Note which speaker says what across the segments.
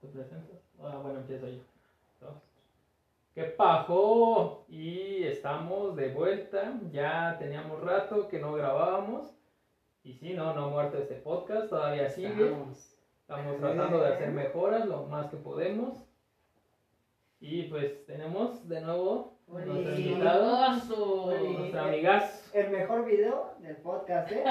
Speaker 1: ¿Te presento? Ah, bueno, empiezo yo. Dos. ¿Qué pajo? Y estamos de vuelta. Ya teníamos rato que no grabábamos. Y sí, no, no ha muerto este podcast, todavía sigue.
Speaker 2: Vamos.
Speaker 1: Estamos tratando de hacer mejoras lo más que podemos. Y pues tenemos de nuevo
Speaker 2: Oli.
Speaker 1: nuestro invitado,
Speaker 2: Oli.
Speaker 1: nuestro amigazo.
Speaker 2: El mejor video del podcast, ¿eh?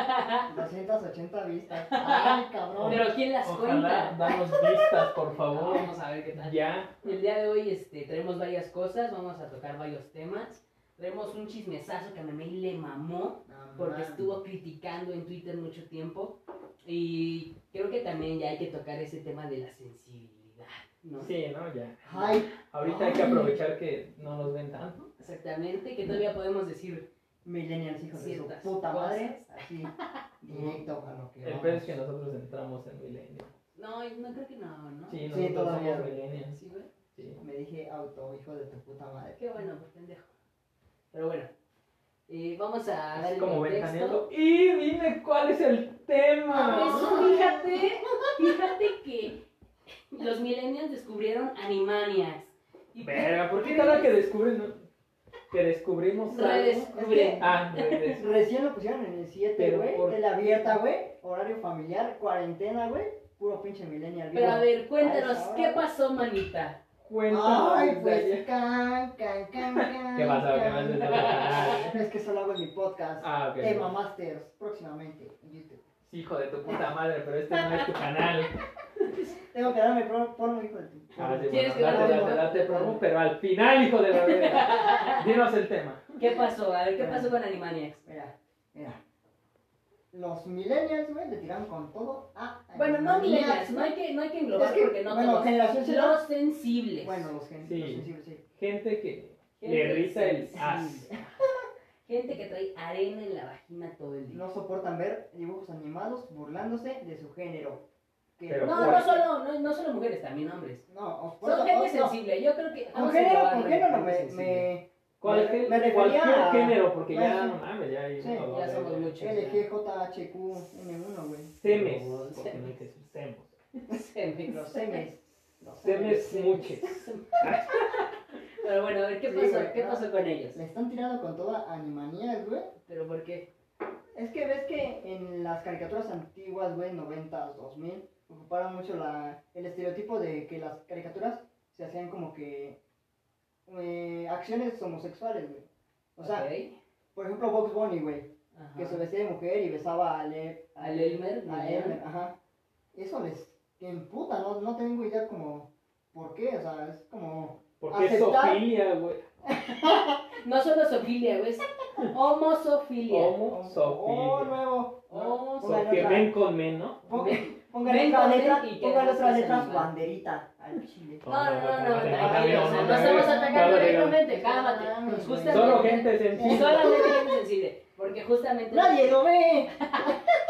Speaker 2: 280 vistas. ¡Ay, cabrón!
Speaker 3: Pero ¿quién las
Speaker 1: Ojalá
Speaker 3: cuenta?
Speaker 1: danos vistas, por favor.
Speaker 3: Vamos a ver qué tal.
Speaker 1: Ya.
Speaker 3: El día de hoy este, traemos varias cosas, vamos a tocar varios temas. Traemos un chismesazo que a Memey le mamó
Speaker 2: No,
Speaker 3: porque
Speaker 2: man.
Speaker 3: estuvo criticando en Twitter mucho tiempo. Y creo que también ya hay que tocar ese tema de la sensibilidad, ¿no?
Speaker 1: Sí, ¿no? Ya.
Speaker 2: ¡Ay!
Speaker 1: Ahorita hay que aprovechar que no nos ven tanto.
Speaker 3: Exactamente, que todavía podemos decir.
Speaker 2: Millennials, hijos de su
Speaker 3: Ciertas
Speaker 2: puta
Speaker 3: cosas.
Speaker 2: madre. Así, directo a lo que
Speaker 1: El
Speaker 2: vamos.
Speaker 1: peor es que nosotros entramos en Millennium.
Speaker 3: No, no creo que no, ¿no?
Speaker 1: Sí,
Speaker 2: Sí,
Speaker 1: nosotros
Speaker 2: todavía.
Speaker 1: somos Millennials.
Speaker 3: Sí, güey.
Speaker 1: Sí.
Speaker 2: Me dije auto, hijo de tu puta madre.
Speaker 3: Qué bueno, por pendejo. Pero bueno, eh, vamos a dar
Speaker 1: Es
Speaker 3: el
Speaker 1: como
Speaker 3: contexto.
Speaker 1: ventaneando. Y dime cuál es el tema.
Speaker 3: Pues, fíjate, fíjate que los millennials descubrieron Animaniacs. Y
Speaker 1: Verga, ¿por qué cada que descubren que descubrimos algo?
Speaker 3: pues, redescubre.
Speaker 1: Ah, redes-
Speaker 2: Recién lo pusieron en el 7,
Speaker 1: Pero
Speaker 2: güey.
Speaker 1: por-
Speaker 2: Tele abierta, güey. Horario familiar, cuarentena, güey. Puro pinche millennial.
Speaker 3: Pero a
Speaker 2: vivo.
Speaker 3: ver, cuéntanos,
Speaker 2: Ay,
Speaker 3: ¿qué pasó, manita?
Speaker 1: Cuéntanos.
Speaker 2: Ay,
Speaker 1: Daya.
Speaker 2: pues, can, can, can, can.
Speaker 1: ¿Qué pasó? ¿Qué
Speaker 2: can.
Speaker 1: pasó?
Speaker 2: Es que solo hago en mi podcast.
Speaker 1: Ah, ok.
Speaker 2: Tema Masters, próximamente en YouTube.
Speaker 1: Sí, hijo de tu puta madre, pero este no es tu canal.
Speaker 2: Tengo que darme pro- porno, hijo de tu.
Speaker 1: Ah, sí,
Speaker 3: ¿Quieres
Speaker 1: bueno,
Speaker 3: que
Speaker 1: date,
Speaker 3: lo
Speaker 1: date,
Speaker 2: haga?
Speaker 1: date, promo, pero al final, hijo de la verga. Dinos el tema.
Speaker 3: ¿Qué pasó? A ver, ¿qué pasó con Animaniacs?
Speaker 2: Mira, mira. Los millennials, güey, le tiraron con todo a.
Speaker 3: Bueno, no
Speaker 2: Animaniacs,
Speaker 3: millennials, no hay que, no hay que englobar
Speaker 2: Es que,
Speaker 3: porque no
Speaker 2: bueno,
Speaker 3: todos.
Speaker 2: generación Z.
Speaker 3: Los sensibles.
Speaker 2: Bueno, los gen-
Speaker 1: Sí.
Speaker 2: los sensibles, sí.
Speaker 1: Gente que le
Speaker 3: Gente
Speaker 1: riza el
Speaker 3: sensible.
Speaker 1: as.
Speaker 3: Gente que trae arena en la vagina todo el día.
Speaker 2: No soportan ver dibujos animados burlándose de su género. Que-
Speaker 1: Pero-
Speaker 3: No, no solo, no, no solo mujeres, también hombres.
Speaker 2: No, os-
Speaker 3: Son
Speaker 2: os-
Speaker 3: gente
Speaker 2: no.
Speaker 3: sensible, yo creo que...
Speaker 2: Con
Speaker 3: vamos a
Speaker 2: género,
Speaker 3: englobarlo
Speaker 2: con
Speaker 3: en
Speaker 2: género no
Speaker 3: gente
Speaker 2: me-
Speaker 3: sensible.
Speaker 2: me
Speaker 1: ¿Cuál
Speaker 2: Me-
Speaker 1: gé-
Speaker 2: me refería
Speaker 1: cualquier
Speaker 2: a-
Speaker 1: género, porque ya
Speaker 2: Bueno,
Speaker 1: no mames, ya hay
Speaker 2: sí,
Speaker 1: una
Speaker 3: ya somos
Speaker 1: verga.
Speaker 3: muchos.
Speaker 2: LGJHQM1, güey.
Speaker 1: Semes,
Speaker 3: Somos
Speaker 1: porque no hay
Speaker 3: semes.
Speaker 1: que decir semos.
Speaker 3: Se me-
Speaker 2: Los semes. Los
Speaker 1: Semes muches.
Speaker 3: Pero bueno, a ver, ¿qué
Speaker 2: Sí,
Speaker 3: pasó?
Speaker 2: güey,
Speaker 3: ¿Qué
Speaker 2: no.
Speaker 3: pasó con ellos?
Speaker 2: Le están tirando con toda animanías, güey.
Speaker 3: ¿Pero por qué?
Speaker 2: Es que ves que en las caricaturas antiguas, güey, 90, 2000, ocuparon mucho la, el estereotipo de que las caricaturas se hacían como que eh, acciones homosexuales, güey. O sea,
Speaker 3: Ok.
Speaker 2: por ejemplo, Box Bunny, güey,
Speaker 3: Ajá.
Speaker 2: que se vestía de mujer y besaba a Le- a
Speaker 3: Al Elmer,
Speaker 2: A
Speaker 3: ¿no?
Speaker 2: Elmer, ajá. Eso les emputa, no, no tengo idea como por qué, o sea, es como...
Speaker 1: Porque es
Speaker 2: Aceptar.
Speaker 1: sofilia, güey.
Speaker 3: No solo sofilia, güey, es homosofilia.
Speaker 1: Homo,
Speaker 2: Oh,
Speaker 1: sofilia.
Speaker 2: nuevo.
Speaker 3: Homo-
Speaker 2: Pongan
Speaker 1: que
Speaker 2: otra-
Speaker 1: ven con men, ¿no?
Speaker 2: Pongan pongan
Speaker 3: Ven
Speaker 2: otra
Speaker 3: con él
Speaker 2: letra,
Speaker 3: y que
Speaker 2: pongan
Speaker 3: no
Speaker 2: otra
Speaker 3: seas
Speaker 2: letra,
Speaker 3: animal.
Speaker 2: banderita al chile.
Speaker 3: No, Oh, no, no, no,
Speaker 1: Cálmate,
Speaker 3: tranquilo,
Speaker 1: cálmate,
Speaker 3: o sea, no
Speaker 1: cálmate.
Speaker 3: estamos atacando
Speaker 1: Cálmate,
Speaker 3: directamente,
Speaker 2: No,
Speaker 3: cálmate.
Speaker 2: no, no.
Speaker 3: Justamente-
Speaker 1: Solo gente sencilla.
Speaker 3: Solamente gente sensible, porque justamente,
Speaker 2: ¡Nadie lo ve!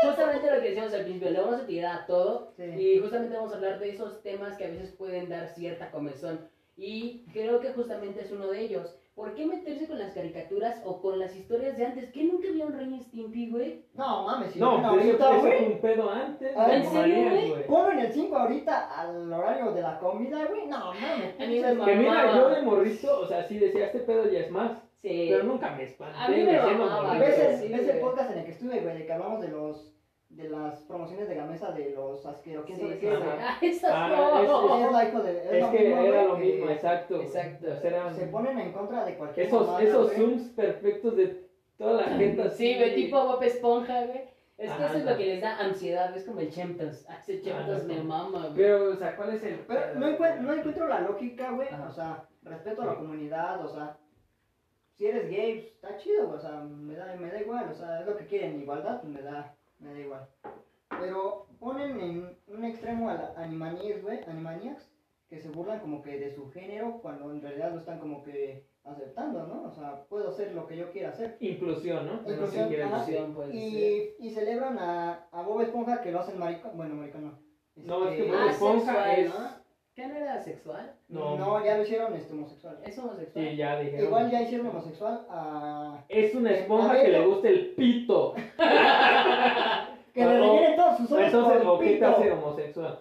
Speaker 3: justamente lo que decíamos al principio, le vamos a tirar a todo
Speaker 2: Sí.
Speaker 3: Y justamente vamos a hablar de esos temas que a veces pueden dar cierta comezón. Y creo que justamente es uno de ellos. ¿Por qué meterse con las caricaturas o con las historias de antes? ¿Que nunca vieron Ren y Stimpy, güey?
Speaker 2: No, mames, si
Speaker 1: No,
Speaker 2: ven
Speaker 1: pero
Speaker 2: ahorita,
Speaker 1: eso fue
Speaker 2: güey.
Speaker 1: un pedo antes.
Speaker 2: Ah, ¿en
Speaker 1: como
Speaker 3: serio,
Speaker 1: manías,
Speaker 3: güey?
Speaker 2: Ponlo en el 5 ahorita al horario de la comida, güey. No, mames.
Speaker 3: A mí me
Speaker 2: pinches-
Speaker 3: mamó.
Speaker 1: Que mira,
Speaker 3: Mamá.
Speaker 1: yo de morrito, o sea, sí decía, este pedo ya es más.
Speaker 3: Sí.
Speaker 1: Pero nunca me espanté.
Speaker 3: A mí me
Speaker 1: decía, no,
Speaker 3: mamaba,
Speaker 2: A
Speaker 1: güey.
Speaker 2: veces,
Speaker 3: Sí,
Speaker 2: ves el
Speaker 3: güey.
Speaker 2: podcast en el que estuve, güey, de que hablamos de los... De las promociones de la mesa de los asqueros. ¿Quién sabe
Speaker 3: Sí,
Speaker 2: qué,
Speaker 3: sí,
Speaker 2: güey?
Speaker 3: sí. Ah, esas
Speaker 1: Ah,
Speaker 3: no.
Speaker 2: Es la hijo de...
Speaker 1: Es
Speaker 2: lo
Speaker 1: que
Speaker 2: mismo, güey,
Speaker 1: era lo
Speaker 2: que
Speaker 1: mismo, exacto. güey.
Speaker 3: Exacto.
Speaker 1: O sea, eran
Speaker 2: Se ponen en contra de cualquier
Speaker 1: esos,
Speaker 2: mamada,
Speaker 1: esos
Speaker 2: güey.
Speaker 1: zooms perfectos de toda la gente así.
Speaker 3: Sí, güey, tipo Bob Esponja, güey. Es que
Speaker 1: Ajá,
Speaker 3: eso es
Speaker 1: no.
Speaker 3: lo que les da ansiedad, es como el Chemtos. Ah, ese Chemtos
Speaker 1: Ah,
Speaker 3: me
Speaker 1: no.
Speaker 3: mama, güey.
Speaker 1: Pero, o sea, ¿cuál es el
Speaker 2: Pero no, encuen- no encuentro la lógica, güey.
Speaker 3: Ajá.
Speaker 2: O sea, respeto a la
Speaker 1: Sí.
Speaker 2: comunidad, o sea, si eres gay, pues, está chido, güey, o sea, me da, me da igual, o sea, es lo que quieren, igualdad, pues, me da, me da igual. Pero ponen en un extremo a la animanías, güey, animaniacs, que se burlan como que de su género cuando en realidad lo están como que aceptando, ¿no? O sea, puedo hacer lo que yo quiera hacer.
Speaker 1: Inclusión, ¿no? No sé
Speaker 2: Inclusión,
Speaker 1: qué
Speaker 2: ajá.
Speaker 1: decir.
Speaker 3: Opción, pues, sí.
Speaker 2: Y, y celebran a, a Bob Esponja que lo hacen maricón, bueno, maricón no.
Speaker 1: No, es que
Speaker 2: Este,
Speaker 1: Bob
Speaker 3: Ah,
Speaker 1: Esponja
Speaker 3: sexual,
Speaker 1: es.
Speaker 3: ¿no? ¿Qué no era sexual?
Speaker 1: No.
Speaker 2: no, ya lo hicieron este, homosexual.
Speaker 3: Es homosexual.
Speaker 1: Sí, ya dijeron.
Speaker 2: Igual ya hicieron homosexual a.
Speaker 1: Es una
Speaker 2: A
Speaker 1: esponja
Speaker 2: ver,
Speaker 1: que le
Speaker 2: no.
Speaker 1: gusta el pito.
Speaker 2: Que
Speaker 1: No.
Speaker 2: le rellenen todos sus ojos.
Speaker 1: Entonces,
Speaker 2: con
Speaker 1: ¿o qué te
Speaker 2: pito.
Speaker 1: hace homosexual?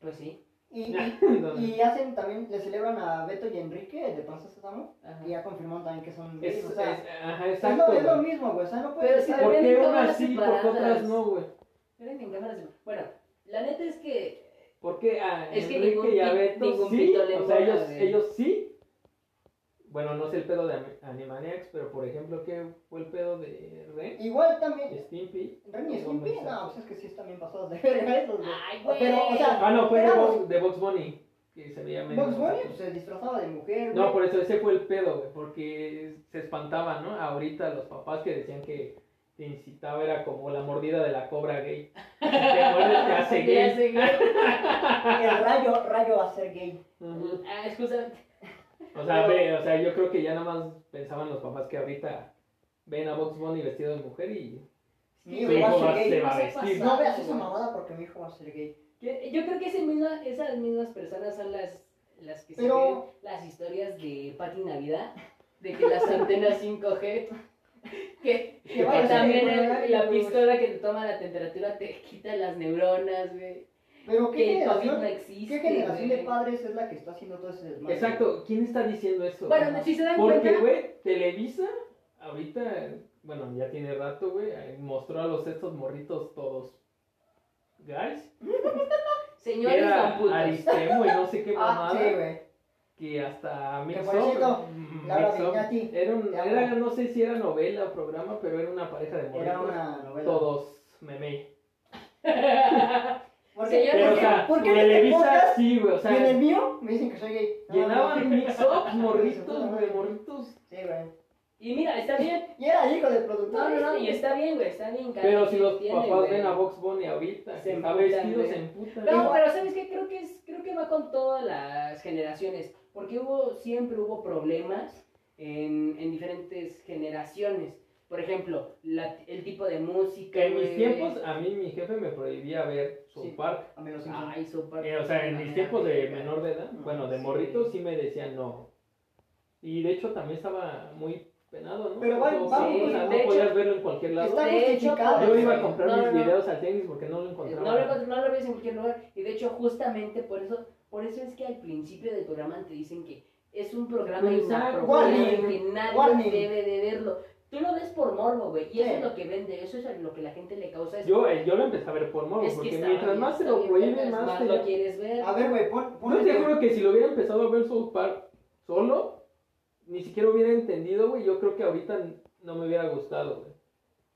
Speaker 3: Pues sí.
Speaker 2: Y, y,
Speaker 1: Entonces,
Speaker 2: y hacen también, le celebran a Beto y Enrique de Panza Sésamo,
Speaker 3: Ajá.
Speaker 2: que ya confirmaron también que son gays,
Speaker 1: es,
Speaker 2: o sea,
Speaker 1: es- ajá,
Speaker 2: es lo-
Speaker 1: exacto.
Speaker 2: es lo
Speaker 1: güey.
Speaker 2: mismo, güey, o sea, no
Speaker 3: Pero
Speaker 2: puedes
Speaker 3: sí,
Speaker 2: decir,
Speaker 1: ¿Por qué
Speaker 3: Ven
Speaker 1: unas
Speaker 3: cámaras
Speaker 1: sí, por qué
Speaker 3: separadas.
Speaker 1: otras no, güey?
Speaker 3: Esperen, en cámaras de- Bueno, la neta es que
Speaker 1: ¿Por qué a
Speaker 3: Es que
Speaker 1: Enrique
Speaker 3: ningún
Speaker 1: y a
Speaker 3: pi-
Speaker 1: Beto
Speaker 3: ningún
Speaker 1: sí?
Speaker 3: pito le
Speaker 1: O sea,
Speaker 3: mola,
Speaker 1: ellos,
Speaker 3: güey.
Speaker 1: ellos sí. Bueno, no sé el pedo de Ani- Animaniacs, pero por ejemplo, ¿qué fue el pedo de Ren?
Speaker 2: igual también,
Speaker 1: Stimpy.
Speaker 2: Ren y
Speaker 1: Son
Speaker 2: Stimpy,
Speaker 1: mensajes.
Speaker 2: no, pues es que sí están bien pasados de verga esos, güey.
Speaker 3: Ay, güey.
Speaker 2: Pero, o sea,
Speaker 1: Ah, no, fue de
Speaker 2: Pero-
Speaker 1: Box, de Box Bunny. Que se veía medio.
Speaker 2: Bugs Bunny pues, se disfrazaba de mujer,
Speaker 1: No, pues.
Speaker 2: güey.
Speaker 1: por eso ese fue el pedo, güey, porque se espantaban, ¿no? Ahorita los papás que decían que te incitaba era como la mordida de la cobra gay. Si te muerdes, te hace
Speaker 3: Ya
Speaker 1: gay.
Speaker 3: sé, güey.
Speaker 2: El rayo, rayo va a ser gay.
Speaker 1: Ujú.
Speaker 3: Ah, es justamente.
Speaker 1: O sea, ve, o sea, yo creo que ya nada más pensaban los papás que ahorita ven a Box Bunny vestido de mujer y
Speaker 2: Mi hijo
Speaker 1: su hijo
Speaker 2: va
Speaker 1: va-
Speaker 2: a ser
Speaker 1: se
Speaker 2: gay.
Speaker 1: va a
Speaker 3: no se
Speaker 1: vestir.
Speaker 3: pasa.
Speaker 2: No veas esa mamada porque mi hijo va a ser gay.
Speaker 3: Yo, yo creo que ese misma- esas mismas personas son las, las que se
Speaker 2: Pero-
Speaker 3: ven las historias de Pati Navidad, de que las antenas 5G, que, que
Speaker 1: vaya,
Speaker 3: también
Speaker 2: sí,
Speaker 3: el-
Speaker 2: bueno,
Speaker 3: la
Speaker 2: pues.
Speaker 3: pistola que te toma la temperatura te quita las neuronas, güey.
Speaker 2: Pero qué
Speaker 3: Que el COVID no
Speaker 2: generación,
Speaker 3: existe.
Speaker 2: qué generación de
Speaker 3: güey.
Speaker 2: padres es la que está haciendo todo ese desmadre.
Speaker 1: Exacto, ¿quién está diciendo eso?
Speaker 3: Bueno, si se dan
Speaker 1: Porque,
Speaker 3: cuenta,
Speaker 1: güey, Televisa, ahorita, bueno, ya tiene rato, güey, eh, mostró a los estos morritos todos guys. que
Speaker 3: señores
Speaker 1: Era
Speaker 3: tan putos.
Speaker 1: Aristemo y no sé qué
Speaker 2: Ah,
Speaker 1: mamada.
Speaker 2: sí, güey.
Speaker 1: que hasta Mix
Speaker 2: Que por cierto,
Speaker 1: Up, mm,
Speaker 2: Laura
Speaker 1: Mix Up,
Speaker 2: Vignati,
Speaker 1: era, un-
Speaker 2: te amo.
Speaker 1: era- no sé si era novela o programa, pero era una pareja de
Speaker 2: Era
Speaker 1: morritos,
Speaker 2: una novela.
Speaker 1: todos meme.
Speaker 2: ¿Por
Speaker 3: Sí,
Speaker 2: qué?
Speaker 1: Pero,
Speaker 2: ¿Por
Speaker 1: o
Speaker 2: qué?
Speaker 1: sea,
Speaker 2: ¿Por qué en este
Speaker 1: Televisa
Speaker 2: podcast
Speaker 1: sí, güey, o
Speaker 2: y en el
Speaker 1: sea,
Speaker 2: mío me dicen que soy gay? No,
Speaker 1: llenaban
Speaker 2: no, no.
Speaker 1: Mix Up, morritos,
Speaker 2: madre.
Speaker 1: güey, morritos.
Speaker 2: Sí, güey.
Speaker 3: Y mira, está bien.
Speaker 2: Y era hijo del productor.
Speaker 3: No, no, no, y está bien, güey, está bien. cada
Speaker 1: Pero si
Speaker 3: quien
Speaker 1: los
Speaker 3: tiene,
Speaker 1: papás
Speaker 3: güey.
Speaker 1: ven a Vox Bunny ahorita,
Speaker 3: Se
Speaker 1: que está
Speaker 3: emputan,
Speaker 1: vestido,
Speaker 3: güey.
Speaker 1: se emputan.
Speaker 3: No, pero ¿sabes qué? Creo que, es, creo que va con todas las generaciones, porque hubo, siempre hubo problemas en, en diferentes generaciones. Por ejemplo, la- el tipo de música.
Speaker 1: Que en mis
Speaker 3: güey.
Speaker 1: tiempos, a mí mi jefe me prohibía ver
Speaker 2: Sí.
Speaker 1: su parque.
Speaker 2: A menos cinco.
Speaker 3: Ay, su parte
Speaker 1: Eh, o sea, en mis tiempos de menor de edad,
Speaker 2: Ajá,
Speaker 1: bueno, de
Speaker 3: sí.
Speaker 1: morrito sí me decían no. Y de hecho también estaba muy penado, ¿no?
Speaker 2: Pero va-
Speaker 1: No,
Speaker 2: va-
Speaker 1: sí, o sea,
Speaker 3: de
Speaker 1: no
Speaker 3: hecho-
Speaker 1: podías verlo en cualquier lado.
Speaker 2: Está
Speaker 3: De hecho,
Speaker 2: justificado.
Speaker 1: Yo
Speaker 3: pues,
Speaker 1: iba a
Speaker 2: güey.
Speaker 1: comprar
Speaker 3: no,
Speaker 1: mis
Speaker 3: no, no.
Speaker 1: videos al tenis porque no lo
Speaker 3: No
Speaker 1: encontraba.
Speaker 3: lo, encuentro- no lo ves en cualquier lugar. Y de hecho, justamente por eso, por eso es que al principio del programa te dicen que es un programa
Speaker 1: Exacto.
Speaker 3: inapropiado
Speaker 2: Warning.
Speaker 3: que nadie
Speaker 2: Warning.
Speaker 3: debe de verlo. Tú lo ves por morbo, güey. Y eso
Speaker 2: Sí.
Speaker 3: es lo que vende, eso es lo que la gente le causa.
Speaker 1: Yo, eh, yo lo empecé a ver por morbo,
Speaker 3: Es que
Speaker 1: porque
Speaker 3: está
Speaker 1: mientras
Speaker 3: bien,
Speaker 1: más se
Speaker 3: está
Speaker 1: lo
Speaker 3: bien,
Speaker 1: prohíben,
Speaker 3: vergas,
Speaker 1: más te
Speaker 3: lo
Speaker 1: llama.
Speaker 3: quieres ver.
Speaker 2: A ver, güey, pon, pon
Speaker 1: No te
Speaker 2: este-
Speaker 1: juro que si lo hubiera empezado a ver South Park solo, ni siquiera hubiera entendido, güey. Yo creo que ahorita no me hubiera gustado, güey.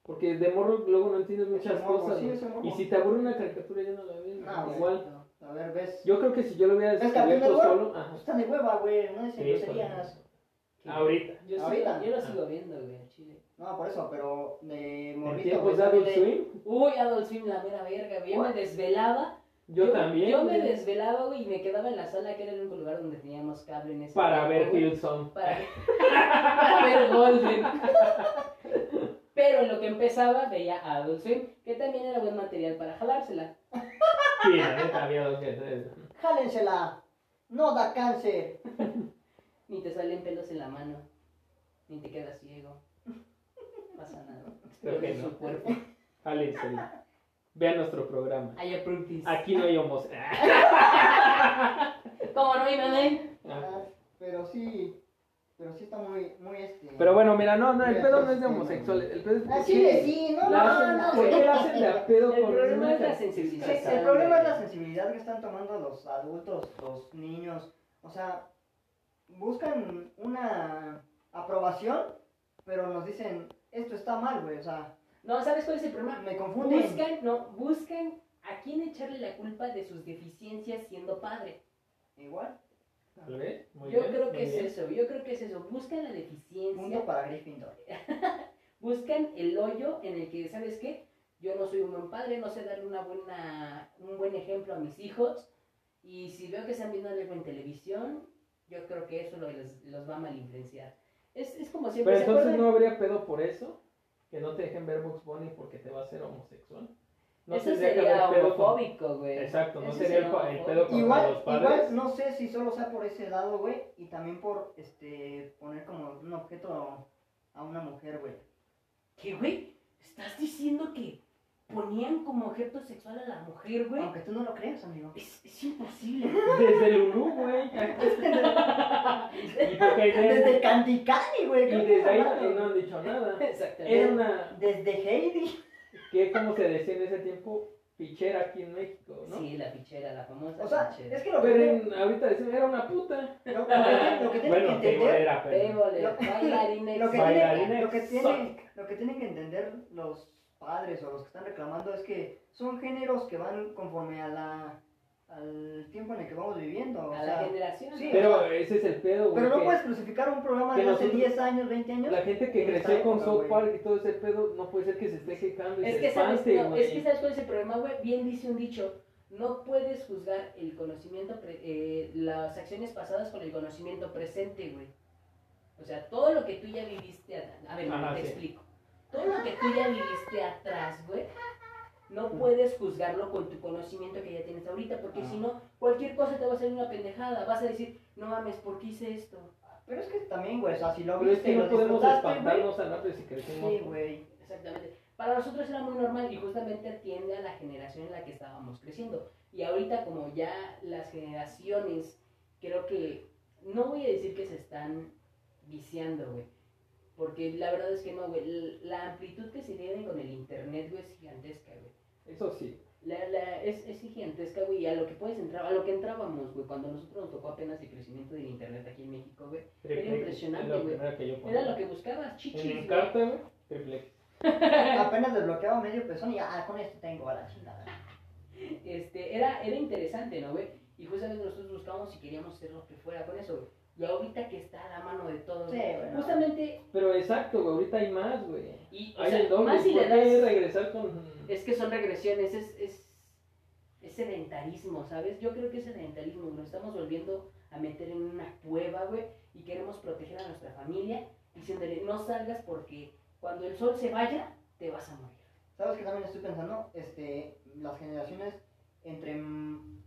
Speaker 1: Porque de morro luego no entiendes muchas
Speaker 2: morbo,
Speaker 1: cosas.
Speaker 2: sí,
Speaker 1: güey.
Speaker 2: es un morbo. Ah,
Speaker 1: y si te aburre una caricatura, ya no la ves.
Speaker 2: No, güey.
Speaker 1: igual.
Speaker 2: A ver, ves.
Speaker 1: Yo creo que si yo lo hubiera
Speaker 2: ¿Ves
Speaker 1: descubierto
Speaker 2: Cartoon Network?
Speaker 1: solo. Ajá.
Speaker 2: Está de hueva, güey, no dicen
Speaker 1: Sí, pues, ah,
Speaker 2: groserías.
Speaker 1: por- Ahorita.
Speaker 3: Yo, sigo-
Speaker 2: Ahorita.
Speaker 3: yo lo sigo viendo, güey, al chile.
Speaker 2: No, por eso, pero de
Speaker 1: En
Speaker 2: morrito.
Speaker 1: tiempos
Speaker 2: güey,
Speaker 1: de Adult
Speaker 2: de-
Speaker 1: Swim,
Speaker 3: Uy, Adult Swim, la mera verga, güey. Yo me
Speaker 2: What?
Speaker 3: desvelaba.
Speaker 1: yo, también.
Speaker 3: Yo me
Speaker 1: güey,
Speaker 3: desvelaba, güey, y me quedaba en la sala, que era el único lugar donde teníamos cable en ese
Speaker 1: Para
Speaker 3: tiempo,
Speaker 1: ver
Speaker 3: güey.
Speaker 1: Wilson.
Speaker 3: Para, para ver Golden. Pero en lo que empezaba, veía Adult Swim, que también era buen material para jalársela.
Speaker 1: Sí, la neta, había dos que tres.
Speaker 2: Jálensela. No da cáncer.
Speaker 3: Ni te salen pelos en la mano, ni te quedas ciego. No pasa nada.
Speaker 1: Creo que
Speaker 3: Exploren su
Speaker 1: no.
Speaker 3: cuerpo.
Speaker 1: Jálenselo. Vean nuestro programa.
Speaker 3: I approve this.
Speaker 1: Aquí no hay homos. Ah.
Speaker 3: ¿Cómo no, Imanol?
Speaker 2: Ah, Pero sí. Pero sí está muy, muy este.
Speaker 1: Pero bueno, mira, no, no, el pedo no es de homosexual. El pedo es
Speaker 2: Ah,
Speaker 1: por
Speaker 2: sí,
Speaker 1: qué-
Speaker 2: de sí, no,
Speaker 1: la
Speaker 2: no,
Speaker 1: hacen-
Speaker 2: no.
Speaker 1: ¿Por qué
Speaker 2: güey.
Speaker 1: la hacen de a pedo
Speaker 3: El
Speaker 1: con
Speaker 3: problema
Speaker 1: una
Speaker 3: es la
Speaker 1: ca-
Speaker 2: Sí,
Speaker 3: sensibilización.
Speaker 2: el problema es la sensibilidad que están tomando los adultos, los niños. O sea, buscan una aprobación, pero nos dicen, esto está mal, güey. O sea,
Speaker 3: No, ¿sabes cuál es el problema?
Speaker 2: me confunden.
Speaker 3: Buscan, no, buscan a quién echarle la culpa de sus deficiencias siendo padre.
Speaker 2: Igual,
Speaker 1: Tal vez, muy
Speaker 3: yo
Speaker 1: bien,
Speaker 3: creo
Speaker 1: muy
Speaker 3: que es
Speaker 1: bien.
Speaker 3: eso, yo creo que es eso. Buscan la deficiencia,
Speaker 2: punto para Gryffindor.
Speaker 3: buscan el hoyo en el que, ¿sabes qué? Yo no soy un buen padre, no sé darle una buena, un buen ejemplo a mis hijos. Y si veo que están viendo algo en televisión, yo creo que eso lo- los, los va a malinfluenciar. Es, es como siempre.
Speaker 1: Pero
Speaker 3: ¿se
Speaker 1: entonces no
Speaker 3: acuerdan?
Speaker 1: habría pedo por eso. Que no te dejen ver Box Bunny porque te va a hacer homosexual. No
Speaker 3: eso
Speaker 1: tendría que
Speaker 3: sería
Speaker 1: haber pedo con-
Speaker 3: homofóbico, güey.
Speaker 1: Exacto, no
Speaker 3: Eso
Speaker 1: sería el pa- el
Speaker 3: homofóbico.
Speaker 1: pedo con-
Speaker 2: Igual,
Speaker 1: los padres.
Speaker 2: igual, no sé si solo sea por ese lado, güey, y también por este poner como un objeto a una mujer, güey.
Speaker 3: ¿Qué, güey? ¿Estás diciendo que ponían como objeto sexual a la mujer, güey.
Speaker 2: Aunque tú no lo creas, amigo.
Speaker 3: Es, es imposible.
Speaker 1: Desde Lulú, güey. Y porque
Speaker 2: Desde
Speaker 1: desde-
Speaker 2: Candy Candy, güey.
Speaker 1: y
Speaker 2: creo que
Speaker 1: desde
Speaker 2: esa
Speaker 1: ahí
Speaker 2: madre.
Speaker 1: no han dicho nada.
Speaker 3: Exactamente.
Speaker 1: Era una,
Speaker 2: Desde Heidi.
Speaker 1: que es como se decía en ese tiempo, pichera aquí en México, ¿no?
Speaker 3: Sí, la pichera, la famosa
Speaker 2: O sea,
Speaker 3: pichera.
Speaker 2: es que lo que,
Speaker 1: Pero en- ahorita decían, era una puta.
Speaker 2: lo, lo que, tienen- lo que tienen que
Speaker 1: Bueno, que
Speaker 2: entender
Speaker 1: era, pero...
Speaker 3: Table,
Speaker 2: Lo-
Speaker 3: bailarina
Speaker 2: lo que,
Speaker 1: Bailarina
Speaker 2: tienen, lo, que tienen,
Speaker 1: exótica.
Speaker 2: lo que tienen que entender los padres o los que están reclamando es que son géneros que van conforme a la, al tiempo en el que vamos viviendo. O
Speaker 3: a
Speaker 2: sea,
Speaker 3: la generación.
Speaker 2: sí.
Speaker 3: ¿no?
Speaker 1: Pero ese es el pedo, güey.
Speaker 2: pero no
Speaker 1: que
Speaker 2: puedes crucificar un programa de
Speaker 1: que
Speaker 2: hace
Speaker 1: nosotros-
Speaker 2: 10 años, 20 años.
Speaker 1: La gente que
Speaker 2: en esta
Speaker 1: creció con
Speaker 2: época,
Speaker 1: South
Speaker 2: güey.
Speaker 1: Park y todo ese pedo, no puede ser que se esté quejando y
Speaker 3: Es
Speaker 1: se
Speaker 3: que, sabes,
Speaker 1: espante,
Speaker 3: no,
Speaker 1: güey.
Speaker 3: es que sabes cuál es el problema, güey. Bien dice un dicho, no puedes juzgar el conocimiento, pre- eh, las acciones pasadas con el conocimiento presente, güey. O sea, todo lo que tú ya viviste, a- a ver,
Speaker 1: Ajá,
Speaker 3: te
Speaker 1: sí.
Speaker 3: explico. Todo lo que tú ya viviste atrás, güey, no puedes juzgarlo con tu conocimiento que ya tienes ahorita, porque
Speaker 1: Ah.
Speaker 3: si no, cualquier cosa te va a salir una pendejada. Vas a decir, no mames, ¿por qué hice esto?
Speaker 2: Pero es que también, güey, o sea, si lo
Speaker 1: Pero es
Speaker 2: viste
Speaker 1: que
Speaker 2: y
Speaker 1: no
Speaker 2: lo
Speaker 1: podemos
Speaker 2: disfrutaste, güey.
Speaker 1: espantarnos tan rápido si crecemos.
Speaker 2: Sí, güey.
Speaker 3: Exactamente. Para nosotros era muy normal y justamente atiende a la generación en la que estábamos creciendo. Y ahorita como ya las generaciones, creo que, no voy a decir que se están viciando, güey. Porque la verdad es que no, güey. L- La amplitud que se tiene con el internet, güey, es gigantesca, güey.
Speaker 1: Eso sí.
Speaker 3: La, la- es, es gigantesca, güey. Y a lo que puedes entrar, a lo que entrábamos, güey, cuando a nosotros nos tocó apenas el crecimiento del internet aquí en México, güey.
Speaker 1: Triplex,
Speaker 3: impresionante,
Speaker 1: es lo
Speaker 3: güey.
Speaker 1: primero que yo
Speaker 3: Era
Speaker 1: ponía.
Speaker 3: lo que buscabas, chichis,
Speaker 1: En
Speaker 3: güey.
Speaker 1: mi carta, güey, triplex.
Speaker 2: Apenas desbloqueaba medio pezón y ah, con esto tengo a la chingada.
Speaker 3: este, era, era interesante, ¿no, güey? Y justamente nosotros buscábamos si queríamos hacer lo que fuera con eso, güey. Y ahorita que está a la mano de todos,
Speaker 2: Sí,
Speaker 3: güey,
Speaker 2: bueno.
Speaker 3: justamente,
Speaker 1: Pero exacto, güey, ahorita hay más, güey.
Speaker 3: y, o
Speaker 1: Hay
Speaker 3: sea,
Speaker 1: el doble.
Speaker 3: más si
Speaker 1: ¿por
Speaker 3: le
Speaker 1: qué hay
Speaker 3: das,
Speaker 1: regresar con...?
Speaker 3: es que son regresiones, es, es, es sedentarismo, ¿sabes? Yo creo que es sedentarismo, nos estamos volviendo a meter en una cueva, güey, y queremos proteger a nuestra familia, diciéndole, no salgas porque cuando el sol se vaya, te vas a morir.
Speaker 2: ¿Sabes que también estoy pensando? Este, las generaciones, entre mm,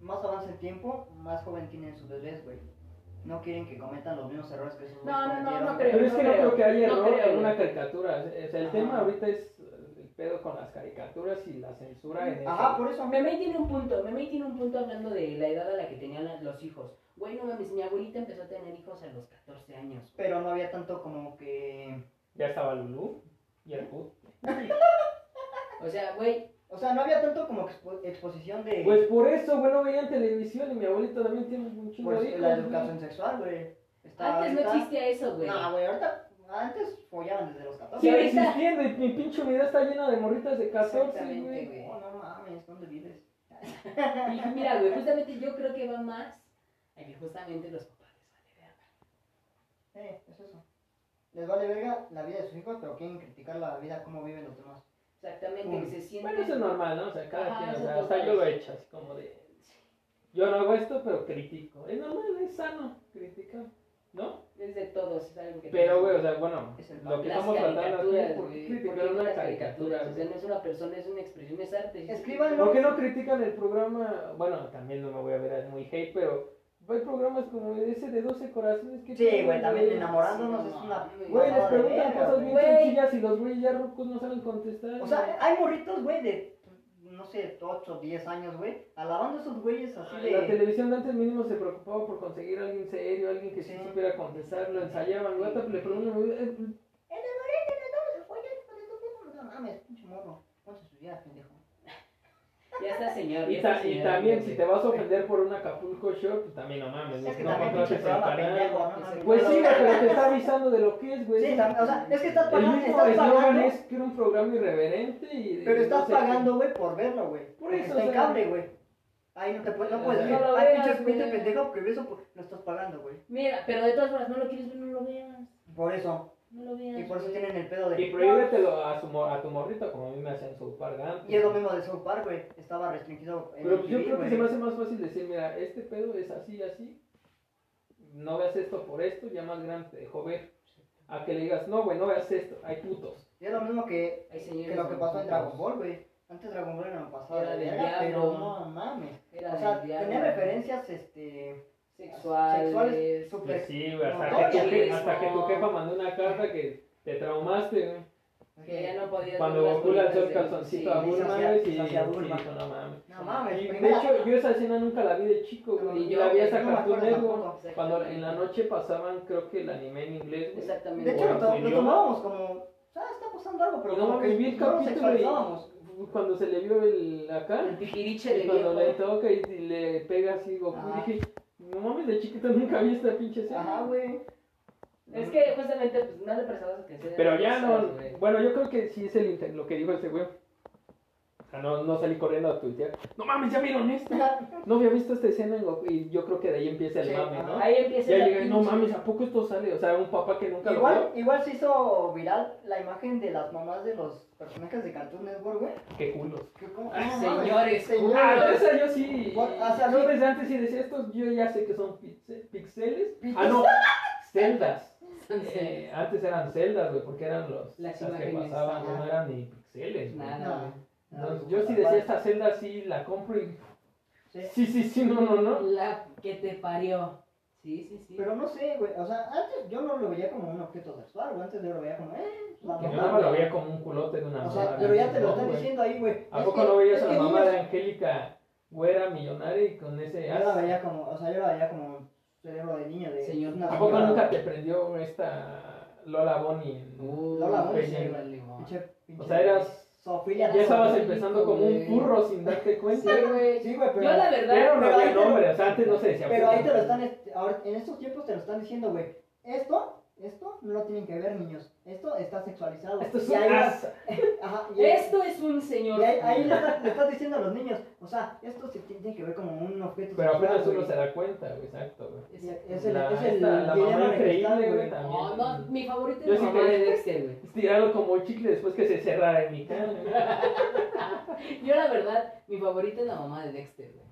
Speaker 2: más avanza el tiempo, más joven tienen sus bebés, güey. No quieren que cometan los mismos errores que esos güeyes
Speaker 3: No, no,
Speaker 2: cometieron,
Speaker 3: no, no
Speaker 2: güey.
Speaker 1: Pero es que no creo que haya
Speaker 3: no
Speaker 1: error
Speaker 3: creo,
Speaker 1: en una
Speaker 3: güey.
Speaker 1: caricatura. O sea, el
Speaker 2: Ajá.
Speaker 1: tema ahorita es el pedo con las caricaturas y la censura en
Speaker 2: Ajá, pues.
Speaker 1: eso.
Speaker 2: por eso.
Speaker 3: Memey tiene un punto, Memey tiene un punto hablando de la edad a la que tenían la- los hijos. Güey, no mames, mi abuelita empezó a tener hijos a los 14 años.
Speaker 2: Pero no había tanto como que...
Speaker 1: Ya estaba Lulú y el Cut.
Speaker 3: O sea, güey,
Speaker 2: O sea, no había tanto como que expo- exposición de...
Speaker 1: Pues por eso, güey, no veían televisión y mi abuelito también tiene un chingo
Speaker 2: pues,
Speaker 1: de hijos,
Speaker 2: la
Speaker 1: güey.
Speaker 2: educación sexual, güey. Está
Speaker 3: antes no
Speaker 2: ahorita-
Speaker 3: existía eso, güey.
Speaker 2: Ah, No, güey, ahorita... Antes follaban desde los 14.
Speaker 1: Sigue
Speaker 3: Y ahorita-
Speaker 1: existiendo y mi pinche unidad está llena de morritas de 14,
Speaker 3: Exactamente,
Speaker 1: güey.
Speaker 2: Oh, no mames, ¿dónde vives?
Speaker 3: Y mira, güey, justamente yo creo que va más a que justamente los papás les vale verga.
Speaker 2: Eh, es eso. Les vale verga la vida de sus hijos, pero quieren criticar la vida, cómo viven los demás.
Speaker 3: Exactamente,
Speaker 2: Mm.
Speaker 3: que se sienten.
Speaker 1: Bueno, eso es normal, ¿no? O sea, cada
Speaker 3: Ajá,
Speaker 1: quien, o
Speaker 3: eso
Speaker 1: sea,
Speaker 3: es
Speaker 1: hasta yo
Speaker 3: normal.
Speaker 1: lo he hecho, así como de... Yo no hago esto, pero critico. Es normal, es sano criticar, ¿no?
Speaker 3: es de todos, es algo que.
Speaker 1: Pero, güey, o sea, bueno,
Speaker 2: Es el
Speaker 1: lo que
Speaker 3: Las
Speaker 1: estamos tratando aquí es
Speaker 3: caricaturas,
Speaker 1: por qué
Speaker 3: güey. ¿por
Speaker 1: criticar
Speaker 3: qué
Speaker 1: una
Speaker 3: las
Speaker 1: caricatura.
Speaker 3: O sea, no es una persona, es una expresión, es arte.
Speaker 2: Escríbanlo.
Speaker 1: ¿Por qué no critican el programa? Bueno, también no me voy a ver muy hate, pero hay programas como ese de 12 corazones que...
Speaker 2: Sí, güey, también
Speaker 1: enamorado.
Speaker 2: enamorándonos
Speaker 3: Sí,
Speaker 2: es
Speaker 3: no,
Speaker 2: una.
Speaker 1: Güey, les
Speaker 2: pasada de
Speaker 1: preguntan
Speaker 2: verga,
Speaker 1: cosas
Speaker 2: güey.
Speaker 1: bien
Speaker 3: Güey.
Speaker 1: sencillas y los güeyes ya rucos no saben contestar.
Speaker 2: O sea, hay morritos, güey, de no sé, 8, 10 años, güey, alabando a esos güeyes así
Speaker 1: Ay, La
Speaker 2: de.
Speaker 1: televisión de antes mínimo se preocupaba por conseguir a alguien serio, alguien que sí,
Speaker 2: Sí.
Speaker 1: supiera contestar, lo ensayaban, güey, hasta le preguntan, eh,
Speaker 2: pues, No mames, pinche morro. Ponte a estudiar, pendejo.
Speaker 3: Ya está, señor.
Speaker 1: y,
Speaker 3: ya
Speaker 1: ta-
Speaker 3: está,
Speaker 1: y
Speaker 3: señor,
Speaker 1: también
Speaker 3: fíjense.
Speaker 1: si te vas a ofender por un Acapulco Shore, pues también no mames,
Speaker 2: Es que
Speaker 1: no
Speaker 2: también pinche
Speaker 1: contrates el
Speaker 2: programa
Speaker 1: canal.
Speaker 2: pendejo, no mames.
Speaker 1: Pues sí, güey, pero te está avisando de lo que es, güey.
Speaker 2: Sí, también, o sea, es que estás
Speaker 1: el
Speaker 2: pagando,
Speaker 1: mismo
Speaker 2: estás
Speaker 1: eslogan
Speaker 2: pagando,
Speaker 1: es que era un programa irreverente y... de-
Speaker 2: pero
Speaker 1: no sé
Speaker 2: estás
Speaker 1: qué.
Speaker 2: pagando, güey, por verlo, güey.
Speaker 1: Por
Speaker 2: Porque
Speaker 1: eso,
Speaker 2: Está
Speaker 1: o
Speaker 2: en
Speaker 1: sea,
Speaker 2: cable, güey. Ahí no te puedes, no
Speaker 1: o
Speaker 2: puedes
Speaker 1: sea,
Speaker 2: decir,
Speaker 3: no lo
Speaker 2: ay,
Speaker 3: veas,
Speaker 2: pinche pinche
Speaker 3: güey".
Speaker 2: pendejo, que eso pues, lo estás pagando, güey.
Speaker 3: Mira, pero de todas formas, no lo quieres ver, no lo veas.
Speaker 2: Por eso,
Speaker 3: No lo veas.
Speaker 2: y por eso
Speaker 3: güey.
Speaker 2: tienen el pedo de.
Speaker 1: Y prohíbetelo a, su, mor- a tu morrito, como a mí me hacen su parga.
Speaker 2: Y es lo mismo de South Park, güey. Estaba restringido en
Speaker 1: Pero pues, yo
Speaker 2: MTV,
Speaker 1: creo que
Speaker 2: güey.
Speaker 1: se me hace más fácil decir, mira, este pedo es así y así, no veas esto por esto, ya más grande te dejó ver. A que le digas, no, güey, no veas esto, hay putos.
Speaker 2: Y es lo mismo que,
Speaker 3: Ay, señores,
Speaker 2: que lo que pasó en
Speaker 3: señores.
Speaker 2: Dragon Ball, güey. Antes Dragon Ball era pasado
Speaker 3: Era
Speaker 2: de
Speaker 3: del
Speaker 2: verga, pero
Speaker 3: diablo.
Speaker 2: no mames.
Speaker 3: Era
Speaker 2: O sea,
Speaker 3: del diablo.
Speaker 2: tenía referencias este,
Speaker 3: sexuales.
Speaker 2: sexuales súper.
Speaker 1: Pues sí, güey,
Speaker 2: No,
Speaker 1: hasta, que tu
Speaker 3: oye,
Speaker 1: je- hasta
Speaker 3: no.
Speaker 1: que tu jefa mandó una carta que te traumaste, güey.
Speaker 3: Que ya no podía
Speaker 1: Cuando
Speaker 3: ver las
Speaker 1: Goku le alzó el
Speaker 3: películas de-
Speaker 1: calzoncito
Speaker 3: sí.
Speaker 1: a Bulma,
Speaker 2: hacia-
Speaker 1: güey, sí,
Speaker 2: hacia
Speaker 1: sí,
Speaker 2: Bulma.
Speaker 1: dijo, no mames.
Speaker 2: No mames,
Speaker 1: Y de
Speaker 2: primera-
Speaker 1: hecho, yo esa escena nunca la vi de chico,
Speaker 3: No,
Speaker 1: güey.
Speaker 3: ni yo,
Speaker 1: la vi
Speaker 3: güey,
Speaker 1: hasta
Speaker 2: no me
Speaker 1: Cartoon
Speaker 2: acuerdo
Speaker 1: Network.
Speaker 2: tampoco.
Speaker 3: Exactamente.
Speaker 1: Cuando en la noche pasaban, creo que el anime en inglés, güey.
Speaker 2: De
Speaker 3: Exactamente.
Speaker 2: hecho, lo,
Speaker 1: Bueno, pues,
Speaker 2: to-
Speaker 1: en
Speaker 2: lo
Speaker 1: idioma.
Speaker 2: tomábamos como, ah, está pasando algo, pero
Speaker 1: no
Speaker 2: como
Speaker 1: mames, vi
Speaker 2: que
Speaker 1: el
Speaker 2: no lo
Speaker 1: capítulo
Speaker 2: sexualizábamos.
Speaker 1: y cuando se le vio el
Speaker 3: el
Speaker 1: acá,
Speaker 3: piquiriche
Speaker 1: y
Speaker 3: de
Speaker 1: cuando le
Speaker 3: viejo.
Speaker 1: toca y le pega así Goku,
Speaker 2: Ah.
Speaker 1: dije, no mames, de chiquito nunca vi esta pinche escena.
Speaker 2: Ajá, güey.
Speaker 3: Es que justamente pues, no le prestabas atención. a
Speaker 1: Pero
Speaker 3: las
Speaker 1: ya
Speaker 3: cosas,
Speaker 1: no.
Speaker 3: güey.
Speaker 1: Bueno, yo creo que sí es el inten- lo que dijo ese güey. O sea, no, no salí corriendo a tuitear. No mames, ya vieron esto. No había visto esta escena en Goku", y yo creo que de ahí empieza el
Speaker 2: Sí,
Speaker 1: mame, ¿no?
Speaker 2: ajá.
Speaker 3: Ahí empieza
Speaker 1: Ya
Speaker 3: la
Speaker 1: llegué, no
Speaker 3: pinche-
Speaker 1: mames, ¿a poco esto sale? O sea, un papá que nunca lo
Speaker 2: Igual, igual se hizo viral la imagen de las mamás de los personajes de Cartoon Network, güey.
Speaker 1: vio. Qué culos.
Speaker 2: Que como-
Speaker 3: Ay,
Speaker 2: no mames,
Speaker 3: señores,
Speaker 1: Ah, pero
Speaker 2: señores.
Speaker 1: esa yo sí.
Speaker 2: Por- o sea,
Speaker 1: yo
Speaker 2: sí.
Speaker 1: desde antes sí decía esto, yo ya sé que son pixe- pixeles.
Speaker 2: Pixeles.
Speaker 1: Ah, no, celdas.
Speaker 3: Son
Speaker 1: Eh, antes eran celdas, güey, porque eran los
Speaker 3: Las
Speaker 1: que
Speaker 3: imágenes,
Speaker 1: pasaban,
Speaker 2: ajá.
Speaker 1: no eran ni pixeles. güey.
Speaker 3: Nada,
Speaker 2: No.
Speaker 3: güey.
Speaker 1: No, yo sí decía esta celda sí la compro y
Speaker 2: Sí.
Speaker 1: sí, sí, sí, no, no, no.
Speaker 3: La que te parió. Sí, sí, sí.
Speaker 2: Pero no sé, güey. O sea, antes yo no lo veía como un objeto sexual, güey. Antes yo lo veía como, eh, la
Speaker 1: Que
Speaker 2: mamá.
Speaker 1: nada más lo veía como un culote de una
Speaker 2: O sea,
Speaker 1: morra,
Speaker 2: pero ya te lo
Speaker 1: ¿no,
Speaker 2: están
Speaker 1: güey?
Speaker 2: diciendo ahí, güey.
Speaker 1: ¿A
Speaker 2: Es
Speaker 1: poco
Speaker 2: que-
Speaker 1: no veías
Speaker 2: es
Speaker 1: a
Speaker 2: que
Speaker 1: la mamá
Speaker 2: niños-
Speaker 1: de Angélica güera millonaria y con ese
Speaker 2: Yo la
Speaker 1: as?
Speaker 2: veía como, o sea, yo la veía como un cerebro de niño. De,
Speaker 3: Señor,
Speaker 2: una
Speaker 1: ¿A poco
Speaker 2: señora,
Speaker 1: nunca te prendió esta Lola Bonnie?
Speaker 3: Uh,
Speaker 2: No la voy a
Speaker 3: sí,
Speaker 2: decir,
Speaker 3: vale, güey.
Speaker 2: pinche- pinche
Speaker 1: O sea, eras-
Speaker 2: Sofía.
Speaker 1: Ya
Speaker 2: ¿no?
Speaker 1: estabas
Speaker 3: Rico,
Speaker 1: empezando como un
Speaker 3: güey.
Speaker 1: burro sin darte cuenta.
Speaker 3: Sí, güey.
Speaker 2: Sí, güey,
Speaker 3: Yo
Speaker 2: pero.
Speaker 3: la verdad.
Speaker 1: Pero no
Speaker 2: Pero
Speaker 1: había
Speaker 2: ahí te lo-
Speaker 1: nombre, o sea, antes no se decía.
Speaker 2: Pero ahí te lo están, este, ahora, en estos tiempos te lo están diciendo, güey, esto, esto no lo tienen que ver, niños, esto está sexualizado.
Speaker 1: Esto es
Speaker 2: Y
Speaker 1: un
Speaker 2: ahí-
Speaker 1: as.
Speaker 2: Ajá, y,
Speaker 3: Esto es un
Speaker 2: y
Speaker 3: señor.
Speaker 2: ahí, ahí le, estás, le estás diciendo a los niños, o sea, esto se tiene que ver como un objeto
Speaker 1: Pero
Speaker 2: sexual,
Speaker 1: apenas uno
Speaker 2: güey.
Speaker 1: se da cuenta, güey, exacto, güey.
Speaker 3: Exacto.
Speaker 2: Es el-
Speaker 1: La-
Speaker 2: es el
Speaker 1: esta- la
Speaker 2: dilema
Speaker 1: mamá
Speaker 2: de cristal,
Speaker 1: increíble, güey,
Speaker 2: güey.
Speaker 3: No, no,
Speaker 1: también.
Speaker 3: mi favorita
Speaker 1: Yo
Speaker 3: es
Speaker 1: sí
Speaker 3: la mamá de
Speaker 1: quería-
Speaker 3: Dexter, güey.
Speaker 1: Estirado como chicle después que se cerrara en mi cara.
Speaker 3: Yo la verdad, mi favorita es la mamá de Dexter, güey.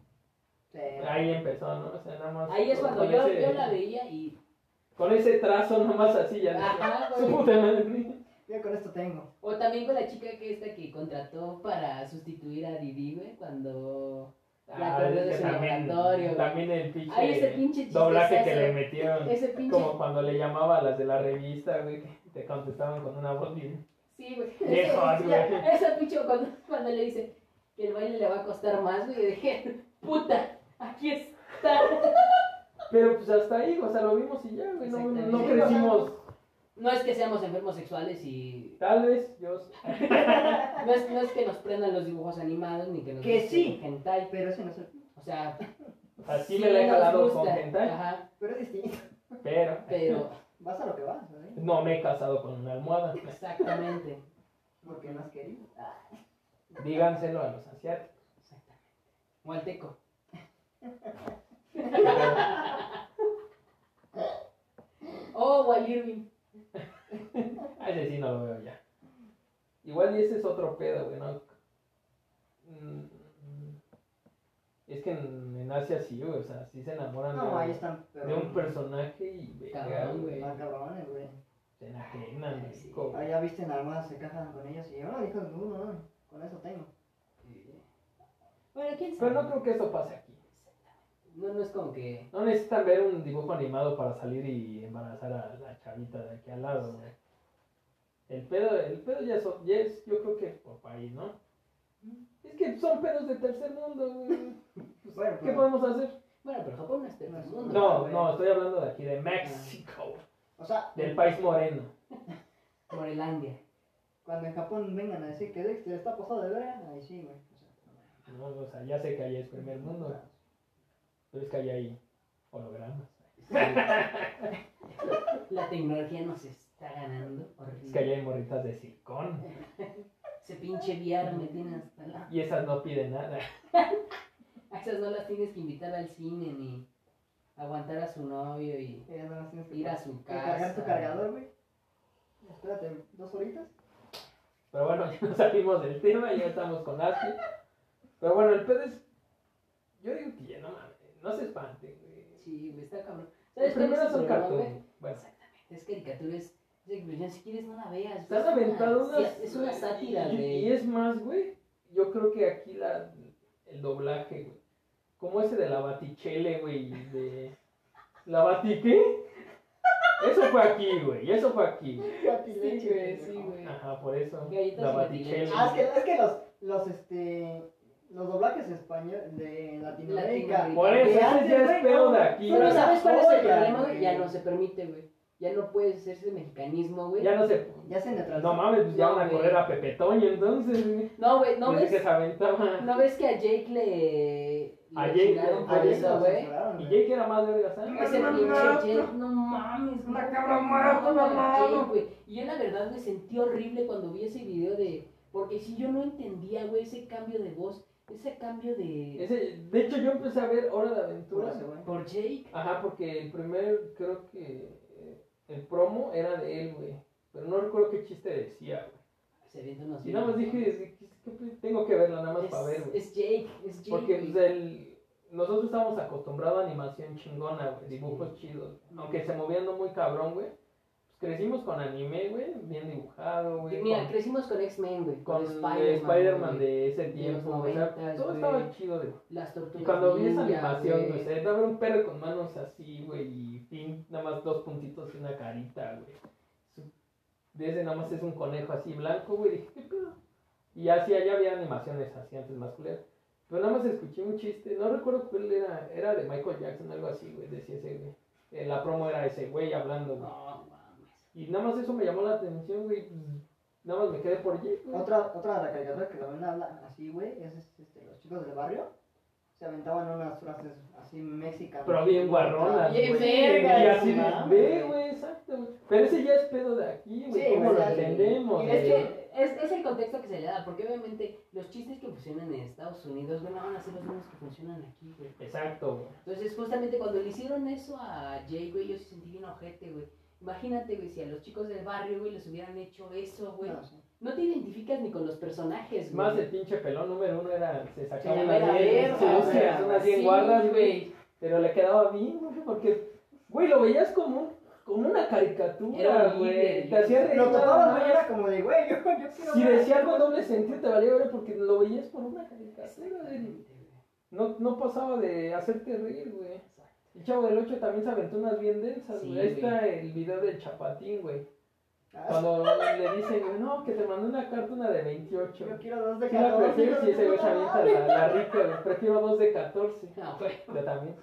Speaker 2: Sí.
Speaker 1: Ahí empezó, ¿no? O sea, nada más.
Speaker 3: Ahí es
Speaker 1: con-
Speaker 3: cuando
Speaker 1: con
Speaker 3: yo,
Speaker 1: ese-
Speaker 3: yo la veía y...
Speaker 1: Con ese trazo nomás así ya. "Ah,
Speaker 3: Ajá,
Speaker 1: Su
Speaker 3: güey.
Speaker 1: puta madre.
Speaker 2: Yo con esto tengo.
Speaker 3: O también con la chica que esta que contrató para sustituir a Didi, güey, cuando... La
Speaker 1: Ah,
Speaker 3: perdió
Speaker 1: es
Speaker 3: de
Speaker 1: que
Speaker 3: su
Speaker 1: también,
Speaker 3: laboratorio, güey.
Speaker 1: también el pinche,
Speaker 3: Ay, ese pinche chiste
Speaker 1: doblaje que
Speaker 3: ese-
Speaker 1: le metieron.
Speaker 3: Ese pinche...
Speaker 1: Como cuando le llamaba a las de la revista, güey, que te contestaban con una voz bien.
Speaker 3: Sí, güey.
Speaker 1: Viejos, güey.
Speaker 3: Esa pinche cuando, cuando le dice que el baile le va a costar más, güey, yo dije, puta, aquí está.
Speaker 1: Pero pues hasta ahí, o sea, lo vimos y ya, güey. No,
Speaker 3: Exactamente.
Speaker 1: no crecimos.
Speaker 3: No es que seamos enfermos sexuales y...
Speaker 1: Tal vez, yo.
Speaker 3: No es, no es que nos prendan los dibujos animados ni que nos...
Speaker 2: Que
Speaker 3: guste
Speaker 2: sí.
Speaker 3: el hentai.
Speaker 2: Pero ese no es el-
Speaker 3: O sea,
Speaker 1: Así
Speaker 3: sí
Speaker 1: me la he
Speaker 3: nos
Speaker 1: jalado
Speaker 3: gusta,
Speaker 1: con hentai,
Speaker 3: Ajá,
Speaker 2: Pero es distinto.
Speaker 1: pero,
Speaker 3: pero
Speaker 2: Vas a lo que vas, ¿eh?
Speaker 1: no me he casado con una almohada.
Speaker 3: exactamente.
Speaker 2: Porque no has querido. Ah,
Speaker 1: Díganselo a los asiáticos.
Speaker 3: Exactamente. O al teco. Oh, o al Irving.
Speaker 1: Ah, ese sí no lo veo ya. Igual y ese es otro pedo, güey, ¿no? Mm, Es que en, en Asia sí, güey, o sea, sí se enamoran
Speaker 2: No,
Speaker 1: de,
Speaker 2: ahí están. Pero,
Speaker 1: de un personaje y verga,
Speaker 3: Cabrón, güey.
Speaker 2: Están cabrones, güey.
Speaker 1: Se enajenan,
Speaker 3: Ay, sí.
Speaker 1: loco, güey.
Speaker 2: Ah, ya viste en almohadas se cajan con ellos y yo no dijo no, no, con eso tengo.
Speaker 3: Bueno, quién sabe.
Speaker 1: Pero no creo que eso pase aquí.
Speaker 3: No, no es como que.
Speaker 1: No necesitan ver un dibujo animado para salir y embarazar a la chavita de aquí al lado, güey. El pedo, el pedo ya, son, ya es, yo creo que por país, ¿no? Es que son pedos de tercer mundo, güey.
Speaker 3: Pues,
Speaker 2: Bueno,
Speaker 1: ¿Qué
Speaker 2: pero-
Speaker 1: podemos hacer?
Speaker 3: Bueno, pero Japón no es tercer mundo.
Speaker 1: No, no, estoy hablando de aquí, de México,
Speaker 2: O sea,
Speaker 1: del país moreno.
Speaker 3: Morelandia.
Speaker 2: cuando en Japón vengan a decir que Dexter está pasado de verga, ahí sí, güey. O sea, no mames. Eh,
Speaker 1: No, o sea, ya sé que allá es primer mundo, pero es que allá hay hologramas.
Speaker 3: La tecnología nos está ganando.
Speaker 1: Es que allá
Speaker 3: Horrible.
Speaker 1: hay morritas de silicón.
Speaker 3: Ese pinche VR me tiene hasta la.
Speaker 1: Y esas no piden nada.
Speaker 3: A esas no las tienes que invitar al cine ni aguantar a su novio y
Speaker 2: Que ya nada más tienes que
Speaker 3: ir a su
Speaker 2: que cargar
Speaker 3: casa.
Speaker 2: tu cargador, güey. Espérate, dos horitas.
Speaker 1: Pero bueno, ya nos salimos del tema, ya estamos con Aski. Pero bueno, el pedo es. Yo digo que ya no mames, no se espanten, güey.
Speaker 3: Sí, güey, está cabrón.
Speaker 1: Los
Speaker 3: cuál es
Speaker 1: primeros
Speaker 3: el
Speaker 1: son
Speaker 3: problema, güey?
Speaker 1: cartoon. Bueno,
Speaker 3: Exactamente, es caricatura, es, es inclusión, si quieres no la veas.
Speaker 1: están
Speaker 3: güey, es una-
Speaker 1: aventados
Speaker 3: Ah, sí, Es una sátira
Speaker 1: y, Y
Speaker 3: de...
Speaker 1: es más, güey. Yo creo que aquí la, el doblaje, güey. Como ese de la batichele, güey. De. ¿La bati qué? Eso fue aquí, güey. Eso fue aquí.
Speaker 2: Batileche,
Speaker 3: Sí, güey, sí,
Speaker 2: pendejo.
Speaker 3: güey.
Speaker 1: Ajá, por eso.
Speaker 3: Galletas
Speaker 1: La
Speaker 3: y
Speaker 1: Batichelle.
Speaker 2: Ah, es que, es que los, los, este, los doblajes español de Latinoamérica.
Speaker 3: Latinoamérica.
Speaker 1: Por eso,
Speaker 2: de
Speaker 1: ese
Speaker 2: antes,
Speaker 1: ya
Speaker 2: güey,
Speaker 1: es pedo
Speaker 2: no,
Speaker 1: de aquí,
Speaker 3: Pero
Speaker 1: güey.
Speaker 3: ¿sabes cuál es el
Speaker 2: Oye,
Speaker 3: problema, güey?
Speaker 2: güey.
Speaker 3: Ya no se permite, güey. Ya no puede hacerse mexicanismo, güey.
Speaker 1: Ya no sé.
Speaker 2: Ya se neutralizó.
Speaker 1: No mames, pues ya
Speaker 3: No,
Speaker 1: van a
Speaker 3: güey.
Speaker 1: correr a Pepe Toño, entonces, güey.
Speaker 3: No, güey, no
Speaker 1: Pues es que
Speaker 3: ves.
Speaker 1: se aventaba.
Speaker 3: No ves que a Jake le.
Speaker 1: A
Speaker 3: le
Speaker 1: Jake le-
Speaker 3: chingaron por
Speaker 2: Ah, ya se
Speaker 3: eso,
Speaker 2: lo
Speaker 3: güey.
Speaker 2: censuraron,
Speaker 1: Y
Speaker 2: güey.
Speaker 1: Jake era más ¿eh? verga, ¿sabes?
Speaker 3: Ese
Speaker 4: Una
Speaker 3: pinche
Speaker 4: cabra
Speaker 3: Jake, no mames.
Speaker 4: Una
Speaker 3: no,
Speaker 4: cabra
Speaker 3: no,
Speaker 4: muerta,
Speaker 3: no,
Speaker 4: mamá.
Speaker 3: Jake, güey. Y yo la verdad me sentí horrible cuando vi ese video de. Porque si yo no entendía, güey, ese cambio de voz, ese cambio de.
Speaker 1: Ese, de hecho, yo empecé a ver Hora de Aventura.
Speaker 2: Ese güey.
Speaker 3: Por Jake.
Speaker 1: Ajá, porque el primer, creo que eh, el promo era de él, güey. Pero no recuerdo qué chiste decía, güey.
Speaker 3: Se avienta unos
Speaker 1: Y nada más dije,
Speaker 3: videos.
Speaker 1: ¿qué- qué- tengo que verla nada más
Speaker 3: Es,
Speaker 1: para ver, güey.
Speaker 3: es Jake, es Jake.
Speaker 1: Porque
Speaker 3: güey.
Speaker 1: pues, el- nosotros estábamos acostumbrados a animación chingona, güey, dibujos chidos. Aunque se movían no muy cabrón, güey. pues, crecimos con anime, güey, bien dibujado, güey.
Speaker 3: Mira,
Speaker 1: con-
Speaker 3: crecimos con X-Men, güey.
Speaker 1: con
Speaker 3: Con,
Speaker 1: Spider-Man
Speaker 3: Spider-Man. güey.
Speaker 1: de ese
Speaker 3: de
Speaker 1: tiempo,
Speaker 3: los
Speaker 1: o sea,
Speaker 3: noventas,
Speaker 1: todo
Speaker 3: güey.
Speaker 1: estaba chido, güey.
Speaker 3: Las tortugas.
Speaker 1: Y cuando vi esa
Speaker 3: Ninja,
Speaker 1: animación,
Speaker 3: güey.
Speaker 1: güey, se daba un perro con manos así, güey, y pin, nada más dos puntitos y una carita, güey. Su- De ese nada más es un conejo así blanco, güey, dije, ¿qué pedo? Y así allá había animaciones así antes más culeras. Pero nada más escuché un chiste, no recuerdo cuál era, era de Michael Jackson, algo así, güey, decía ese, güey. Eh, La promo era ese, güey, hablando, güey.
Speaker 3: No, mames.
Speaker 1: Y nada más eso me llamó la atención, güey. pues, Nada más me quedé por allí, güey.
Speaker 2: Otra, otra de las caricaturas que también habla así, güey, es este, este, los chicos del barrio. Se aventaban unas frases así mexicanas.
Speaker 1: Pero bien guarronas,
Speaker 2: Bien
Speaker 1: güey.
Speaker 2: vergas,
Speaker 1: Y así,
Speaker 2: no mames.
Speaker 1: ve, güey, exacto. güey. Pero ese ya es pedo de aquí, güey.
Speaker 2: Sí,
Speaker 1: ¿Cómo
Speaker 2: güey,
Speaker 1: lo
Speaker 2: ya,
Speaker 1: entendemos?
Speaker 2: y
Speaker 3: Es
Speaker 1: güey?
Speaker 3: que es, es el contexto que se le da, porque obviamente los chistes que funcionan en Estados Unidos, güey, no van a ser los mismos que funcionan aquí, güey.
Speaker 1: Exacto, güey.
Speaker 3: Entonces, justamente cuando le hicieron eso a Jake, güey, yo sí sentí bien ojete, güey. Imagínate, güey, si a los chicos del barrio, güey, les hubieran hecho eso, güey.
Speaker 2: No, sí.
Speaker 3: No te identificas ni con los personajes,
Speaker 1: Es
Speaker 3: güey.
Speaker 1: Ah. más, el pinche pelón número uno era. Se
Speaker 3: Se
Speaker 1: sacaba
Speaker 3: llama
Speaker 1: unas
Speaker 3: la
Speaker 1: bien
Speaker 3: verga,
Speaker 1: sucias,
Speaker 2: güey.
Speaker 1: unas bien
Speaker 3: Sí,
Speaker 1: guarras, güey. Pero le quedaba bien, güey, porque, güey, lo veías como, un- como una
Speaker 3: Era
Speaker 1: caricatura,
Speaker 3: horrible,
Speaker 1: güey. Te hacía reír.
Speaker 2: Lo
Speaker 1: nada
Speaker 2: topabas,
Speaker 1: más.
Speaker 2: güey, era como de, güey, yo, yo quiero
Speaker 1: Si
Speaker 2: ver.
Speaker 1: decía algo en doble sentido, te valía ver porque lo veías por una caricatura, güey.
Speaker 3: Exactamente, güey.
Speaker 1: No, no pasaba de hacerte reír, güey. El Chavo del 8 también se aventó unas bien densas,
Speaker 3: Sí,
Speaker 1: güey. Ahí está el video del Chapatín, güey.
Speaker 2: Ah,
Speaker 1: Cuando le dicen, güey, no, que te mandó una carta, una de 28.
Speaker 2: Yo quiero dos de
Speaker 1: Sí, la
Speaker 2: 14.
Speaker 1: prefiero,
Speaker 2: hijos
Speaker 1: sí,
Speaker 2: de
Speaker 1: ese güey
Speaker 2: puta
Speaker 1: chavita,
Speaker 2: madre.
Speaker 1: la, la rica, güey. Prefiero dos de 14.
Speaker 3: No, Ah, güey.
Speaker 1: Yo también.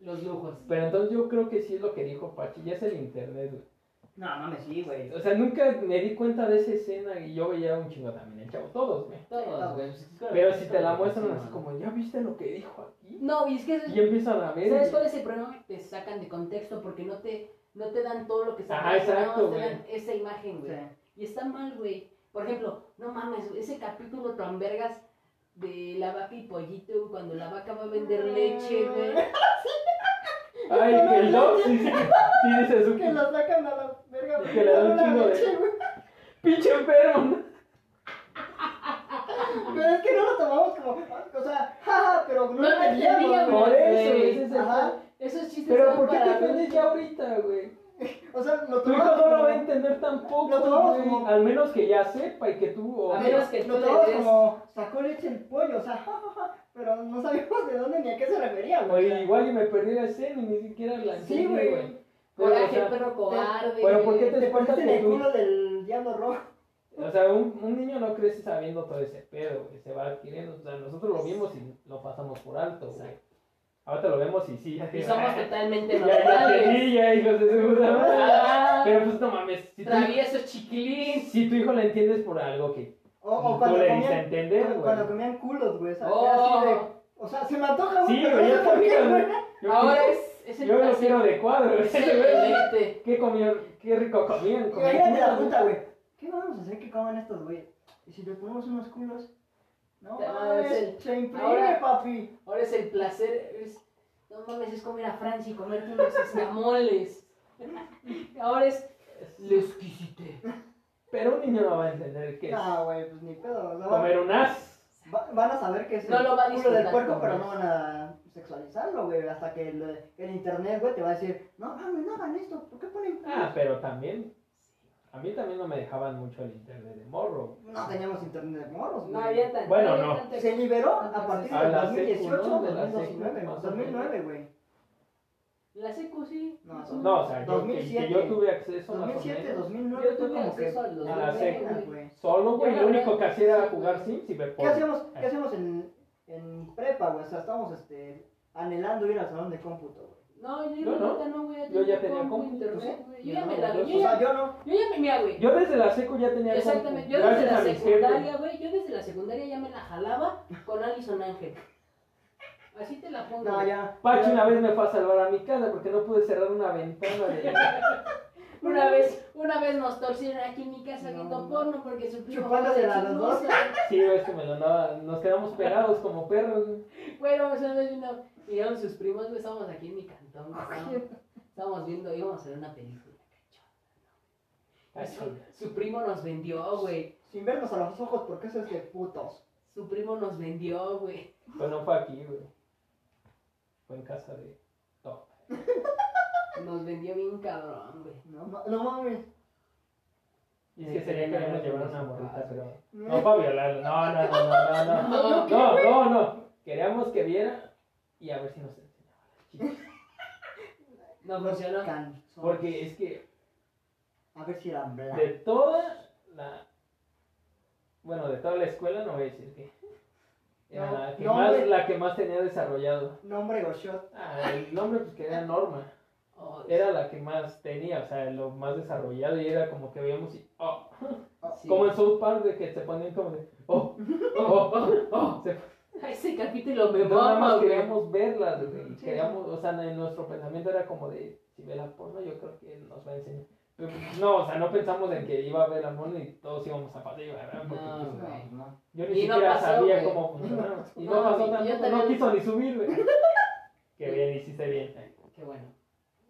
Speaker 3: Los lujos.
Speaker 1: Pero entonces yo creo que sí es lo que dijo Pachi, ya es el internet, güey.
Speaker 2: No, mames, sí, güey.
Speaker 1: O sea, nunca me di cuenta de esa escena y yo veía un chingo también, el chavo, todos, güey.
Speaker 3: Todos, güey.
Speaker 1: Pero si te la muestran así como, ¿ya viste lo que dijo aquí?
Speaker 3: No, y es que...
Speaker 1: Y empiezan a ver.
Speaker 3: ¿Sabes
Speaker 1: güey.
Speaker 3: cuál es el problema? Te sacan de contexto porque no te, no te dan todo lo que está
Speaker 1: Ajá, exacto,
Speaker 3: te
Speaker 1: güey.
Speaker 3: dan esa imagen, güey.
Speaker 2: Sí.
Speaker 3: Y está mal, güey. Por ejemplo, no mames, güey, ese capítulo tan vergas de la vaca y pollito, güey, cuando la vaca va a
Speaker 1: Ah.
Speaker 3: vender leche, güey.
Speaker 1: Ay, que el dog, sí, sí, sí, dice su
Speaker 2: Que la sacan a la verga.
Speaker 1: Y que le dan un chingo de-
Speaker 2: leche, güey.
Speaker 1: pinche enfermo.
Speaker 2: Pero es que no lo tomamos como, o sea, jaja, pero no
Speaker 3: No
Speaker 2: lo
Speaker 3: lo entendía,
Speaker 2: entendíamos.
Speaker 3: güey.
Speaker 1: Por eso,
Speaker 3: güey.
Speaker 1: ese es el
Speaker 2: Ajá.
Speaker 1: pedo.
Speaker 3: Esos chistes
Speaker 1: Pero
Speaker 3: son
Speaker 1: ¿por qué te
Speaker 3: para
Speaker 1: ofendes ya ahorita, güey?
Speaker 2: O sea, lo
Speaker 1: Tu hijo no lo va a
Speaker 2: tomamos
Speaker 1: entender tampoco,
Speaker 2: Lo tomamos
Speaker 1: güey.
Speaker 2: como-
Speaker 1: Al menos que ya sepa y que tú... o-
Speaker 3: A menos que
Speaker 2: como,
Speaker 3: tú
Speaker 2: lo
Speaker 3: le
Speaker 2: tomamos
Speaker 3: des-
Speaker 2: como, sacó leche el pollo, o sea, jajaja, pero no sabíamos de dónde ni a qué se refería,
Speaker 1: O
Speaker 2: güey.
Speaker 1: igual y me perdí la escena y ni siquiera la
Speaker 2: Sí,
Speaker 1: entendí,
Speaker 2: güey.
Speaker 1: Pero,
Speaker 3: Coraje,
Speaker 1: o sea,
Speaker 3: perro cobarde.
Speaker 1: pero ¿por qué
Speaker 3: güey.
Speaker 1: te
Speaker 2: Te
Speaker 1: cuenta
Speaker 2: poniste en
Speaker 1: que
Speaker 2: el
Speaker 1: tú...
Speaker 2: culo del diablo rojo.
Speaker 1: O sea, un, un niño no crece sabiendo todo ese pedo, güey. Se va adquiriendo. O sea, nosotros lo vimos y lo pasamos por alto, güey.
Speaker 3: Exacto.
Speaker 1: Ahorita lo vemos y sí. Ya,
Speaker 3: Y somos totalmente
Speaker 1: ya, ya
Speaker 3: normales.
Speaker 1: entendí, ya, hijos de su puta madre.
Speaker 3: Ah,
Speaker 1: Pero pues no mames. Si tu,
Speaker 3: Travieso chiquilín.
Speaker 1: si tu hijo le entiendes por algo que
Speaker 2: O, o
Speaker 1: tú
Speaker 2: cuando
Speaker 1: le diste a
Speaker 2: comían,
Speaker 1: entender,
Speaker 2: cuando,
Speaker 1: güey.
Speaker 2: cuando comían culos, güey, o sea,
Speaker 3: Oh.
Speaker 2: era así de, o sea, se me antoja,
Speaker 1: Sí,
Speaker 2: pero
Speaker 1: güey,
Speaker 2: no
Speaker 1: ya
Speaker 2: sé por qué,
Speaker 1: sabía,
Speaker 2: güey.
Speaker 1: güey. Yo,
Speaker 3: Ahora es, es el
Speaker 1: yo lo
Speaker 3: placer.
Speaker 1: quiero de cuadro, güey.
Speaker 3: Es el deleite.
Speaker 1: ¿Qué comían? ¿Qué rico comían? Comían
Speaker 2: Imagínate la
Speaker 1: culo,
Speaker 2: junta, güey. ¿Qué vamos a hacer que coman estos, güey? Y si le ponemos unos culos. No,
Speaker 3: Te van a
Speaker 2: mames,
Speaker 3: hacer-
Speaker 2: se imprime,
Speaker 3: ahora-
Speaker 2: papi.
Speaker 3: Ahora es el placer, es, no mames, es comer a Francia y comerte unos escamoles. Ahora es le exquisité.
Speaker 1: Pero un niño no va a entender que es
Speaker 2: No, güey, pues ni pedo. o sea,
Speaker 1: comer un as.
Speaker 2: va- van a saber que es
Speaker 3: No
Speaker 2: el
Speaker 3: lo va a
Speaker 2: culo del
Speaker 3: disfrutar
Speaker 2: puerco,
Speaker 3: como
Speaker 2: pero
Speaker 3: es.
Speaker 2: no van a sexualizarlo, güey. Hasta que el, el internet, güey, te va a decir, no mames, no hagan esto. ¿Por qué ponen culos?
Speaker 1: Ah, pero también. A mí también no me dejaban mucho el internet de morro. güey.
Speaker 2: No teníamos internet de morros,
Speaker 3: No
Speaker 2: güey.
Speaker 3: había tan
Speaker 1: Bueno,
Speaker 3: había
Speaker 1: no.
Speaker 3: tanta-
Speaker 2: Se liberó
Speaker 3: Ah,
Speaker 2: a partir
Speaker 1: a
Speaker 2: del
Speaker 1: la secu,
Speaker 2: 2018,
Speaker 1: ¿no? De la secu, más
Speaker 2: 2019,
Speaker 1: o menos.
Speaker 2: 2009, güey.
Speaker 3: La secu sí.
Speaker 2: No,
Speaker 3: Eso.
Speaker 1: No, o sea, yo, que- que
Speaker 2: 2007.
Speaker 1: yo tuve acceso más o
Speaker 2: 2007,
Speaker 1: menos.
Speaker 2: 2009
Speaker 3: Yo
Speaker 2: fue
Speaker 3: tuve
Speaker 2: como que
Speaker 3: acceso a los
Speaker 1: a la
Speaker 2: apenas,
Speaker 1: secu.
Speaker 2: güey.
Speaker 1: Solo, güey,
Speaker 3: Yo
Speaker 1: lo
Speaker 3: la verdad,
Speaker 1: único que hacía era
Speaker 3: sí,
Speaker 1: jugar
Speaker 3: güey.
Speaker 1: Sims y ver
Speaker 2: ¿Qué
Speaker 1: porno.
Speaker 2: hacemos, ¿qué hacemos en, en prepa, güey? O sea, estábamos este, anhelando ir al salón de cómputo, güey.
Speaker 3: No, yo
Speaker 1: Yo no.
Speaker 3: ahorita no, güey.
Speaker 1: Yo ya tenía
Speaker 3: compu,
Speaker 1: compu, pues.
Speaker 3: internet, güey. Yo ya
Speaker 2: no,
Speaker 3: me la
Speaker 2: güey.
Speaker 3: yo
Speaker 2: O
Speaker 3: ya-
Speaker 2: sea, yo no.
Speaker 3: Yo ya me mira, güey.
Speaker 1: Yo desde la secu ya tenía compu.
Speaker 3: Exactamente, yo desde
Speaker 1: Gracias
Speaker 3: la
Speaker 1: a mis jefes.
Speaker 3: secundaria, güey, yo desde la secundaria ya me la jalaba con Alison Ángel. Así te la pongo.
Speaker 2: No,
Speaker 3: güey.
Speaker 2: ya.
Speaker 1: Pachi
Speaker 2: ya-
Speaker 1: una vez me fue a salvar a mi casa porque no pude cerrar una ventana de...
Speaker 3: Una vez, una vez nos torcieron aquí en mi casa
Speaker 2: No.
Speaker 3: viendo porno porque su primo
Speaker 2: Chupándose
Speaker 3: de
Speaker 2: las
Speaker 3: su
Speaker 2: dos.
Speaker 3: blusa.
Speaker 1: Sí, güey, es que me lo andaba... Nos quedamos pegados como perros. güey.
Speaker 3: Bueno, una vez vino, vinieron sus primos, güey, estábamos aquí en mi cantón, güey,
Speaker 2: Ah.
Speaker 3: estábamos, estábamos viendo, íbamos a ver una película, cachón.
Speaker 1: Cachón.
Speaker 3: Su, su primo nos vendió, güey.
Speaker 2: Sin vernos a los ojos, porque eso es de putos.
Speaker 3: Su primo nos vendió, güey.
Speaker 1: Pues no fue aquí, güey. Fue en casa de... Top.
Speaker 3: Nos vendió bien cabrón, güey.
Speaker 2: No, ma- no mames.
Speaker 1: Y es que sería que habíamos llevado una morrita, pero... No,
Speaker 2: Eh,
Speaker 1: para violarla. No, no, no, no, no, no.
Speaker 3: No, no,
Speaker 1: No, no, no. Queríamos que viera y a ver si nos enseñaba. la chica.
Speaker 3: no
Speaker 2: los
Speaker 3: funcionó.
Speaker 2: canzones.
Speaker 1: Porque es que
Speaker 2: A ver si eran
Speaker 1: De
Speaker 2: blancos.
Speaker 1: toda la. Bueno, de toda la escuela no voy a decir que. Era
Speaker 2: No,
Speaker 1: la, que
Speaker 2: no,
Speaker 1: más,
Speaker 2: hombre.
Speaker 1: la que más tenía desarrollado.
Speaker 2: Nombre Goshot.
Speaker 1: Ah, el nombre, pues que era Norma.
Speaker 3: Oh,
Speaker 1: Era la que más tenía, o sea, lo más desarrollado. Y era como que veíamos y. Oh,
Speaker 3: sí.
Speaker 1: como en South Park, de que se ponían como de. Oh, oh, oh.
Speaker 3: Oh,
Speaker 1: Se-
Speaker 3: ese capítulo me
Speaker 1: nada
Speaker 3: mama,
Speaker 1: más
Speaker 3: güey.
Speaker 1: queríamos verlas, güey.
Speaker 2: Sí.
Speaker 1: Queríamos, o sea, en nuestro pensamiento era como de. Si ve la porno, yo creo que nos va a enseñar. Pero, pues, No, o sea, no pensamos en que iba a ver la porno y todos íbamos a pasar, ¿verdad? Porque,
Speaker 3: No,
Speaker 1: pues,
Speaker 3: güey.
Speaker 2: no.
Speaker 1: Yo ni
Speaker 3: Y no
Speaker 1: siquiera
Speaker 3: pasó,
Speaker 1: sabía
Speaker 3: güey.
Speaker 1: cómo funcionaba. Y no,
Speaker 3: No,
Speaker 1: pasó
Speaker 3: y yo
Speaker 1: tampoco,
Speaker 3: también-
Speaker 1: no quiso ni subir, güey. Qué bien, hiciste bien.
Speaker 3: Qué bueno.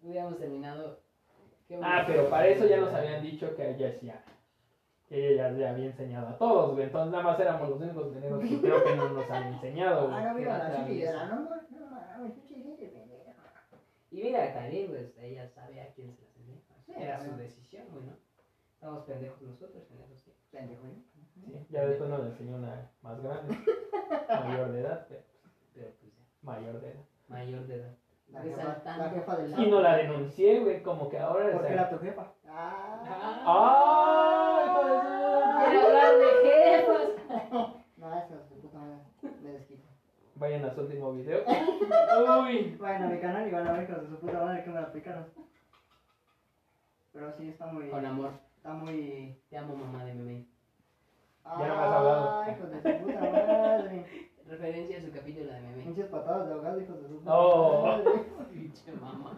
Speaker 3: Hubiéramos terminado. Qué
Speaker 1: Ah,
Speaker 3: bueno.
Speaker 1: pero para eso ya nos habían dicho que ella sí ya. Que ella ya le había enseñado a todos, güey. Entonces nada más éramos los únicos negros que creo que no nos había enseñado, güey.
Speaker 2: Ah, no, mira,
Speaker 1: Que
Speaker 2: la
Speaker 1: era
Speaker 2: chica
Speaker 1: eso.
Speaker 2: era, no, ma- no mames, pinche gente, pendeja.
Speaker 3: Y mira, también, pues, ella sabe a quién se las envió. Era
Speaker 2: Sí,
Speaker 3: su
Speaker 2: sí.
Speaker 3: decisión, güey, ¿no? Estamos pendejos nosotros, pendejos. sí.
Speaker 2: Pendejo, ¿eh?
Speaker 1: Sí, ya después nos enseñó una más grande. Mayor de edad, pero
Speaker 3: Pero pues ya,
Speaker 1: mayor de edad.
Speaker 3: mayor de edad.
Speaker 2: La jefa, la
Speaker 3: Resaltando.
Speaker 2: jefa del
Speaker 1: Y no la denuncié, güey, como que ahora. o
Speaker 2: Porque
Speaker 1: sea,
Speaker 2: era tu jefa. Ah.
Speaker 1: ¡Ah! hijo de su-
Speaker 3: Quiero hablar de jefas.
Speaker 2: No, eso es de puta madre. Me desquito.
Speaker 1: Vayan a su último video. Uy.
Speaker 2: Vayan a mi canal y van a ver hijos de su puta madre que me la aplicaron. Pero sí, está muy.
Speaker 3: Con amor.
Speaker 2: Está muy.
Speaker 3: Te amo, mamá de meme.
Speaker 2: Ah,
Speaker 1: no me has hablado.
Speaker 2: hijos de su puta madre.
Speaker 3: Referencia a su capítulo de meme.
Speaker 2: Pinches patadas de ahogado, hijos de su puta
Speaker 1: Oh.
Speaker 2: madre.
Speaker 3: Pinche mamá.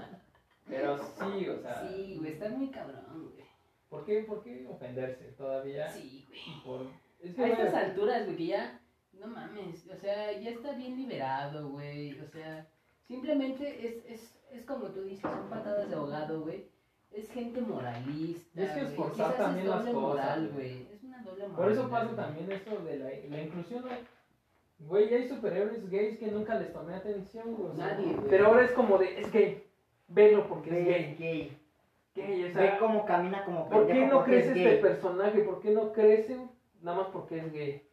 Speaker 1: Pero sí, o sea.
Speaker 3: Sí, güey, estás muy cabrón, güey.
Speaker 1: ¿Por qué, por qué ofenderse todavía?
Speaker 3: Sí, güey.
Speaker 1: Por... Es que,
Speaker 3: A estas
Speaker 1: güey,
Speaker 3: alturas, güey, que ya, no mames, o sea, ya está bien liberado, güey, o sea, simplemente es, es, es como tú dices, son patadas de ahogado, güey, es gente moralista,
Speaker 1: Y es que es
Speaker 3: güey,
Speaker 1: forzar
Speaker 3: quizás
Speaker 1: también
Speaker 3: es
Speaker 1: las
Speaker 3: doble
Speaker 1: cosas,
Speaker 3: moral,
Speaker 1: güey.
Speaker 3: güey, es una doble moral.
Speaker 1: por eso
Speaker 3: güey.
Speaker 1: pasa también eso de la, la inclusión. güey. Güey, ya hay superhéroes gays que nunca les tomé atención, güey. o sea,
Speaker 3: Nadie, güey.
Speaker 1: Pero ahora es como de, es gay. Velo porque es
Speaker 2: Ve
Speaker 1: gay.
Speaker 2: gay.
Speaker 1: Gay, o sea,
Speaker 2: Ve cómo camina como
Speaker 1: ¿Por qué no
Speaker 2: porque es
Speaker 1: crece
Speaker 2: gay.
Speaker 1: este personaje? ¿Por qué no crece? Nada más porque es gay.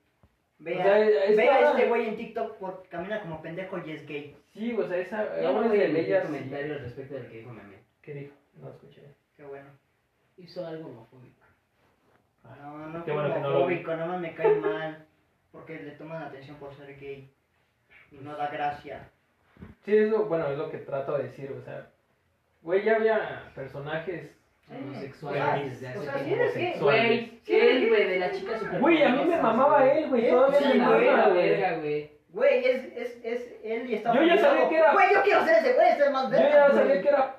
Speaker 2: Ve
Speaker 1: O
Speaker 2: a,
Speaker 1: sea, es-
Speaker 2: ve a
Speaker 1: está-
Speaker 2: este güey en TikTok porque camina como pendejo y es gay.
Speaker 1: Sí, o sea, esa.
Speaker 3: Yo no
Speaker 1: ahora
Speaker 3: voy
Speaker 1: es de
Speaker 3: a emitir
Speaker 1: leyes.
Speaker 3: comentarios respecto de lo que dijo Meme.
Speaker 1: ¿Qué dijo? No escuché.
Speaker 2: Qué bueno.
Speaker 3: Hizo algo homofóbico.
Speaker 2: No, no
Speaker 1: Ah, Qué
Speaker 2: fue
Speaker 1: bueno que no lo vi.
Speaker 2: homofóbico, nada más me cae mal. Porque le toman atención por ser gay. Y no da gracia.
Speaker 1: Sí, es lo, bueno, es lo que trato de decir, o sea. Güey, ya había personajes
Speaker 3: Homosexual
Speaker 2: o sea,
Speaker 3: desde hace
Speaker 2: o sea, si
Speaker 3: tiempo.
Speaker 2: eres gay.
Speaker 1: homosexuales.
Speaker 3: Güey, él, güey, de la chica super
Speaker 1: Güey, a mí me mamaba él, güey.
Speaker 2: ¿Eh?
Speaker 1: Todavía
Speaker 3: Sí,
Speaker 1: me
Speaker 3: güey,
Speaker 1: mama,
Speaker 3: la
Speaker 1: güey.
Speaker 3: verga, güey.
Speaker 2: Güey, es, es, es él y está
Speaker 1: Yo ya
Speaker 2: obligado.
Speaker 1: sabía que era-
Speaker 2: Güey, yo quiero ser ese güey, ese es el más
Speaker 1: Yo
Speaker 2: verga.
Speaker 1: ya
Speaker 2: güey.
Speaker 1: sabía que era.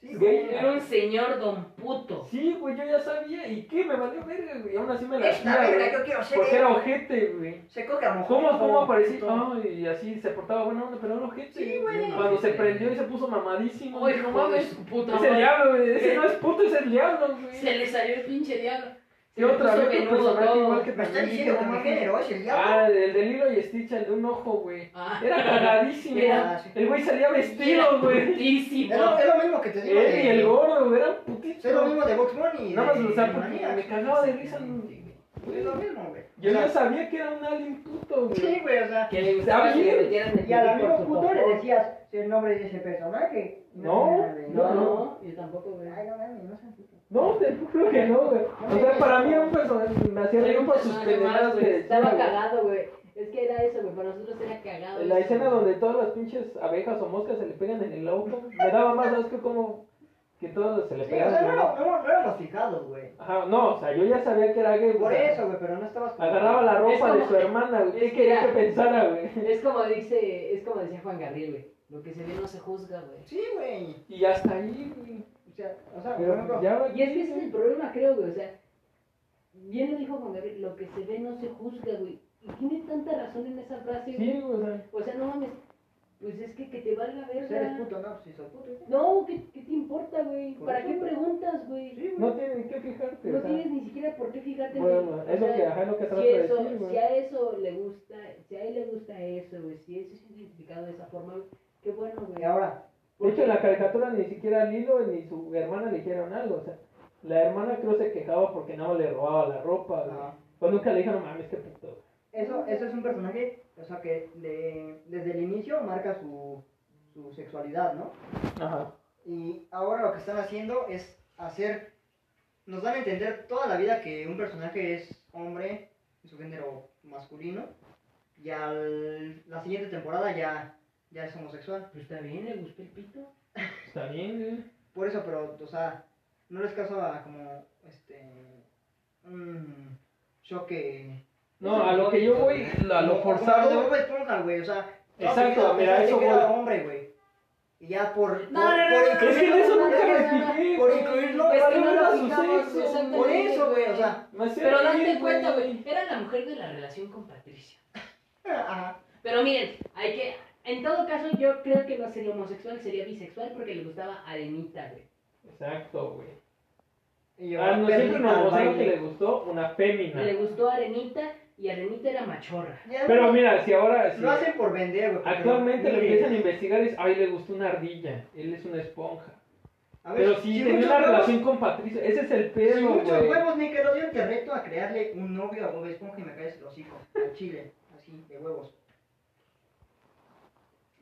Speaker 2: Sí,
Speaker 1: gay.
Speaker 2: güey.
Speaker 3: Era un señor don puto.
Speaker 1: Sí, güey, yo ya sabía. ¿Y qué? Me valió verga, güey. Aún así me la
Speaker 2: Esta
Speaker 1: hacía,
Speaker 2: verga,
Speaker 1: güey.
Speaker 2: yo quiero ser
Speaker 1: Porque
Speaker 2: gay.
Speaker 1: era ojete, güey.
Speaker 2: Se coge a mujer.
Speaker 1: ¿Cómo, cómo aparecía?
Speaker 2: puto.
Speaker 1: Ah, y así se portaba buena onda, pero era ojete.
Speaker 2: Sí, güey.
Speaker 1: Cuando se prendió y se puso mamadísimo.
Speaker 3: Uy,
Speaker 1: dije, no
Speaker 3: hijo de
Speaker 1: mames.
Speaker 3: su puta
Speaker 1: Es el
Speaker 3: madre.
Speaker 1: diablo, güey. Ese no es puto, es el diablo,
Speaker 3: Se
Speaker 1: güey.
Speaker 3: le salió el pinche diablo.
Speaker 1: Y otra vez,
Speaker 3: puso
Speaker 1: un
Speaker 3: venudo
Speaker 1: personaje
Speaker 3: todo.
Speaker 1: igual que
Speaker 2: Me está
Speaker 1: también
Speaker 2: diciendo
Speaker 1: dije,
Speaker 2: que
Speaker 1: no
Speaker 2: mi
Speaker 1: mames.
Speaker 2: género es el diablo.
Speaker 1: Ah, el de Lilo y Stitch, el de un ojo, güey.
Speaker 3: Ah,
Speaker 1: Era cagadísimo.
Speaker 3: Era-
Speaker 2: sí.
Speaker 1: El güey salía vestido, güey.
Speaker 3: putísimo.
Speaker 2: Es lo, es lo mismo que te digo.
Speaker 1: Él Eh, y
Speaker 2: de-
Speaker 1: el gordo, güey, eran
Speaker 2: Es lo
Speaker 1: putitos.
Speaker 2: Eh, mismo de Box Bunny. y
Speaker 1: Nada más,
Speaker 2: de
Speaker 1: o sea, porque
Speaker 2: Manía.
Speaker 1: me cagaba de risa. güey.
Speaker 2: Es lo mismo, güey.
Speaker 1: Yo
Speaker 2: O sea,
Speaker 1: no sabía que era un alien puto, güey.
Speaker 2: Sí, güey, o sea.
Speaker 3: Que le gustaba que
Speaker 1: bien.
Speaker 3: le metieran el
Speaker 2: Y al
Speaker 3: pipí por
Speaker 2: amigo
Speaker 3: su
Speaker 2: puto le
Speaker 3: popó.
Speaker 2: decías el nombre de ese personaje.
Speaker 1: No,
Speaker 2: mames, no.
Speaker 3: No, no, yo tampoco, güey.
Speaker 2: Ay, no mames, no seas puto.
Speaker 1: No, te creo que no, güey. O sea, para mí era un personaje. Me hacía reír por sus
Speaker 3: Personaje
Speaker 1: pendejadas,
Speaker 3: más,
Speaker 1: güey.
Speaker 3: Estaba cagado, güey. Es que era eso, güey. Para nosotros era cagado.
Speaker 1: La
Speaker 3: eso,
Speaker 1: escena
Speaker 3: güey.
Speaker 1: donde todas las pinches abejas o moscas se le pegan en el ojo. Me daba más asco como que todos se le
Speaker 2: Sí, o sea,
Speaker 1: pegaban.
Speaker 2: no,
Speaker 1: en el
Speaker 2: no,
Speaker 1: ojo.
Speaker 2: no, no éramos fijados, güey.
Speaker 1: Ajá, no, o sea, yo ya sabía que era gay. o
Speaker 2: Por
Speaker 1: sea,
Speaker 2: eso, güey, pero no estabas como-
Speaker 1: Agarraba la
Speaker 3: Es
Speaker 1: ropa
Speaker 3: como-
Speaker 1: de su hermana, güey.
Speaker 3: es
Speaker 1: ¿Qué
Speaker 3: que
Speaker 1: quería
Speaker 3: era-
Speaker 1: que pensara, güey?
Speaker 3: Es como dice, es como decía Juan Gabriel, güey. Lo que se ve no se juzga, güey.
Speaker 2: Sí, güey.
Speaker 1: Y hasta ahí, güey.
Speaker 2: O sea, o sea, por
Speaker 1: Pero
Speaker 2: ejemplo,
Speaker 1: ya ahora-
Speaker 3: Y es que ese es el problema, creo, güey. O sea, bien lo dijo Juan Gabriel, lo que se ve no se juzga, güey. Y tiene tanta razón en esa frase, güey.
Speaker 1: Sí, güey, o sea.
Speaker 3: O sea, no mames. Pues es que, que te valga
Speaker 2: pues eres
Speaker 3: verga.
Speaker 2: puto, no, pues sí, soy puto. Sí,
Speaker 3: No, ¿qué, qué te importa, güey?
Speaker 2: Por
Speaker 3: ¿Para
Speaker 2: eso,
Speaker 3: qué
Speaker 2: güey.
Speaker 3: preguntas, güey?
Speaker 2: güey.
Speaker 1: No tienes que fijarte,
Speaker 3: No
Speaker 1: o sea.
Speaker 3: tienes ni siquiera por qué fijarte. en
Speaker 1: Bueno, es lo que, ajá, es lo que trato
Speaker 3: si,
Speaker 1: de
Speaker 3: eso,
Speaker 1: decir, güey.
Speaker 3: si a eso le gusta, si a él le gusta eso, güey, si eso es identificado de esa forma, güey, qué bueno, güey.
Speaker 2: Y ahora,
Speaker 1: De hecho, en la caricatura ni siquiera Lilo ni su hermana le dijeron algo, o sea. La hermana creo se quejaba porque nada más le robaba la ropa, güey.
Speaker 2: ah,
Speaker 1: Pues nunca le dijeron, mames, qué puto.
Speaker 2: eso, eso es un personaje, o sea, que de- desde el inicio marca su, su sexualidad, ¿no?
Speaker 1: Ajá.
Speaker 2: Y ahora lo que están haciendo es hacer. Nos dan a entender toda la vida que un personaje es hombre, en su género masculino, y al, la siguiente temporada ya, ya es homosexual.
Speaker 3: Pues está bien, le gustó el pito.
Speaker 1: Está bien, güey.
Speaker 2: Por eso, pero, o sea, no les causa como este. un choque.
Speaker 1: No, a lo que yo voy, a lo
Speaker 2: Como- Como
Speaker 1: forzado.
Speaker 2: Bob Esponja, güey, o sea. toda su
Speaker 1: Exacto,
Speaker 2: vida
Speaker 1: mira,
Speaker 2: pensaste
Speaker 1: eso
Speaker 2: que era
Speaker 1: voy.
Speaker 2: hombre, güey. Y ya por.
Speaker 3: No,
Speaker 2: por-
Speaker 3: no, no,
Speaker 2: por
Speaker 3: no,
Speaker 1: Es que en eso
Speaker 2: incluirlo-
Speaker 1: nunca
Speaker 2: es que-
Speaker 1: me fijé.
Speaker 2: Por
Speaker 1: güey.
Speaker 2: incluirlo,
Speaker 3: Pues
Speaker 1: Vale,
Speaker 3: que no
Speaker 1: no era
Speaker 3: lo
Speaker 1: su
Speaker 3: fijamos,
Speaker 1: sexo,
Speaker 3: exactamente,
Speaker 2: Por eso, güey, o sea.
Speaker 1: Me hacía
Speaker 3: Pero
Speaker 1: reír,
Speaker 3: date cuenta, güey, era la mujer de la relación con Patricia.
Speaker 2: Ajá.
Speaker 3: Pero miren, hay que, en todo caso, yo creo que no sería homosexual, sería bisexual porque le gustaba Arenita, güey.
Speaker 1: Exacto, güey. A
Speaker 2: Y llevaba
Speaker 1: nosotros Ah, siempre
Speaker 2: perrita
Speaker 1: nos
Speaker 2: al
Speaker 1: mostraron que
Speaker 2: baile.
Speaker 1: le gustó una fémina.
Speaker 3: Le gustó Arenita y Arenita era machorra.
Speaker 2: Ya,
Speaker 1: Pero
Speaker 2: no,
Speaker 1: mira, si ahora. si
Speaker 2: Lo hacen por vender, güey. porque-
Speaker 1: actualmente lo
Speaker 2: Mire,
Speaker 1: empiezan a investigar es. Ay, le gustó una ardilla. Él es una esponja.
Speaker 2: a ver,
Speaker 1: Pero si tenía
Speaker 2: muchos
Speaker 1: una
Speaker 2: huevos-
Speaker 1: relación con Patricia. Ese es el
Speaker 2: Si
Speaker 1: pedo,
Speaker 2: muchos
Speaker 1: güey.
Speaker 2: huevos, Nickelodeon, te reto a crearle un novio a Bob Esponja y me caes el hocico. Al chile, así, de huevos.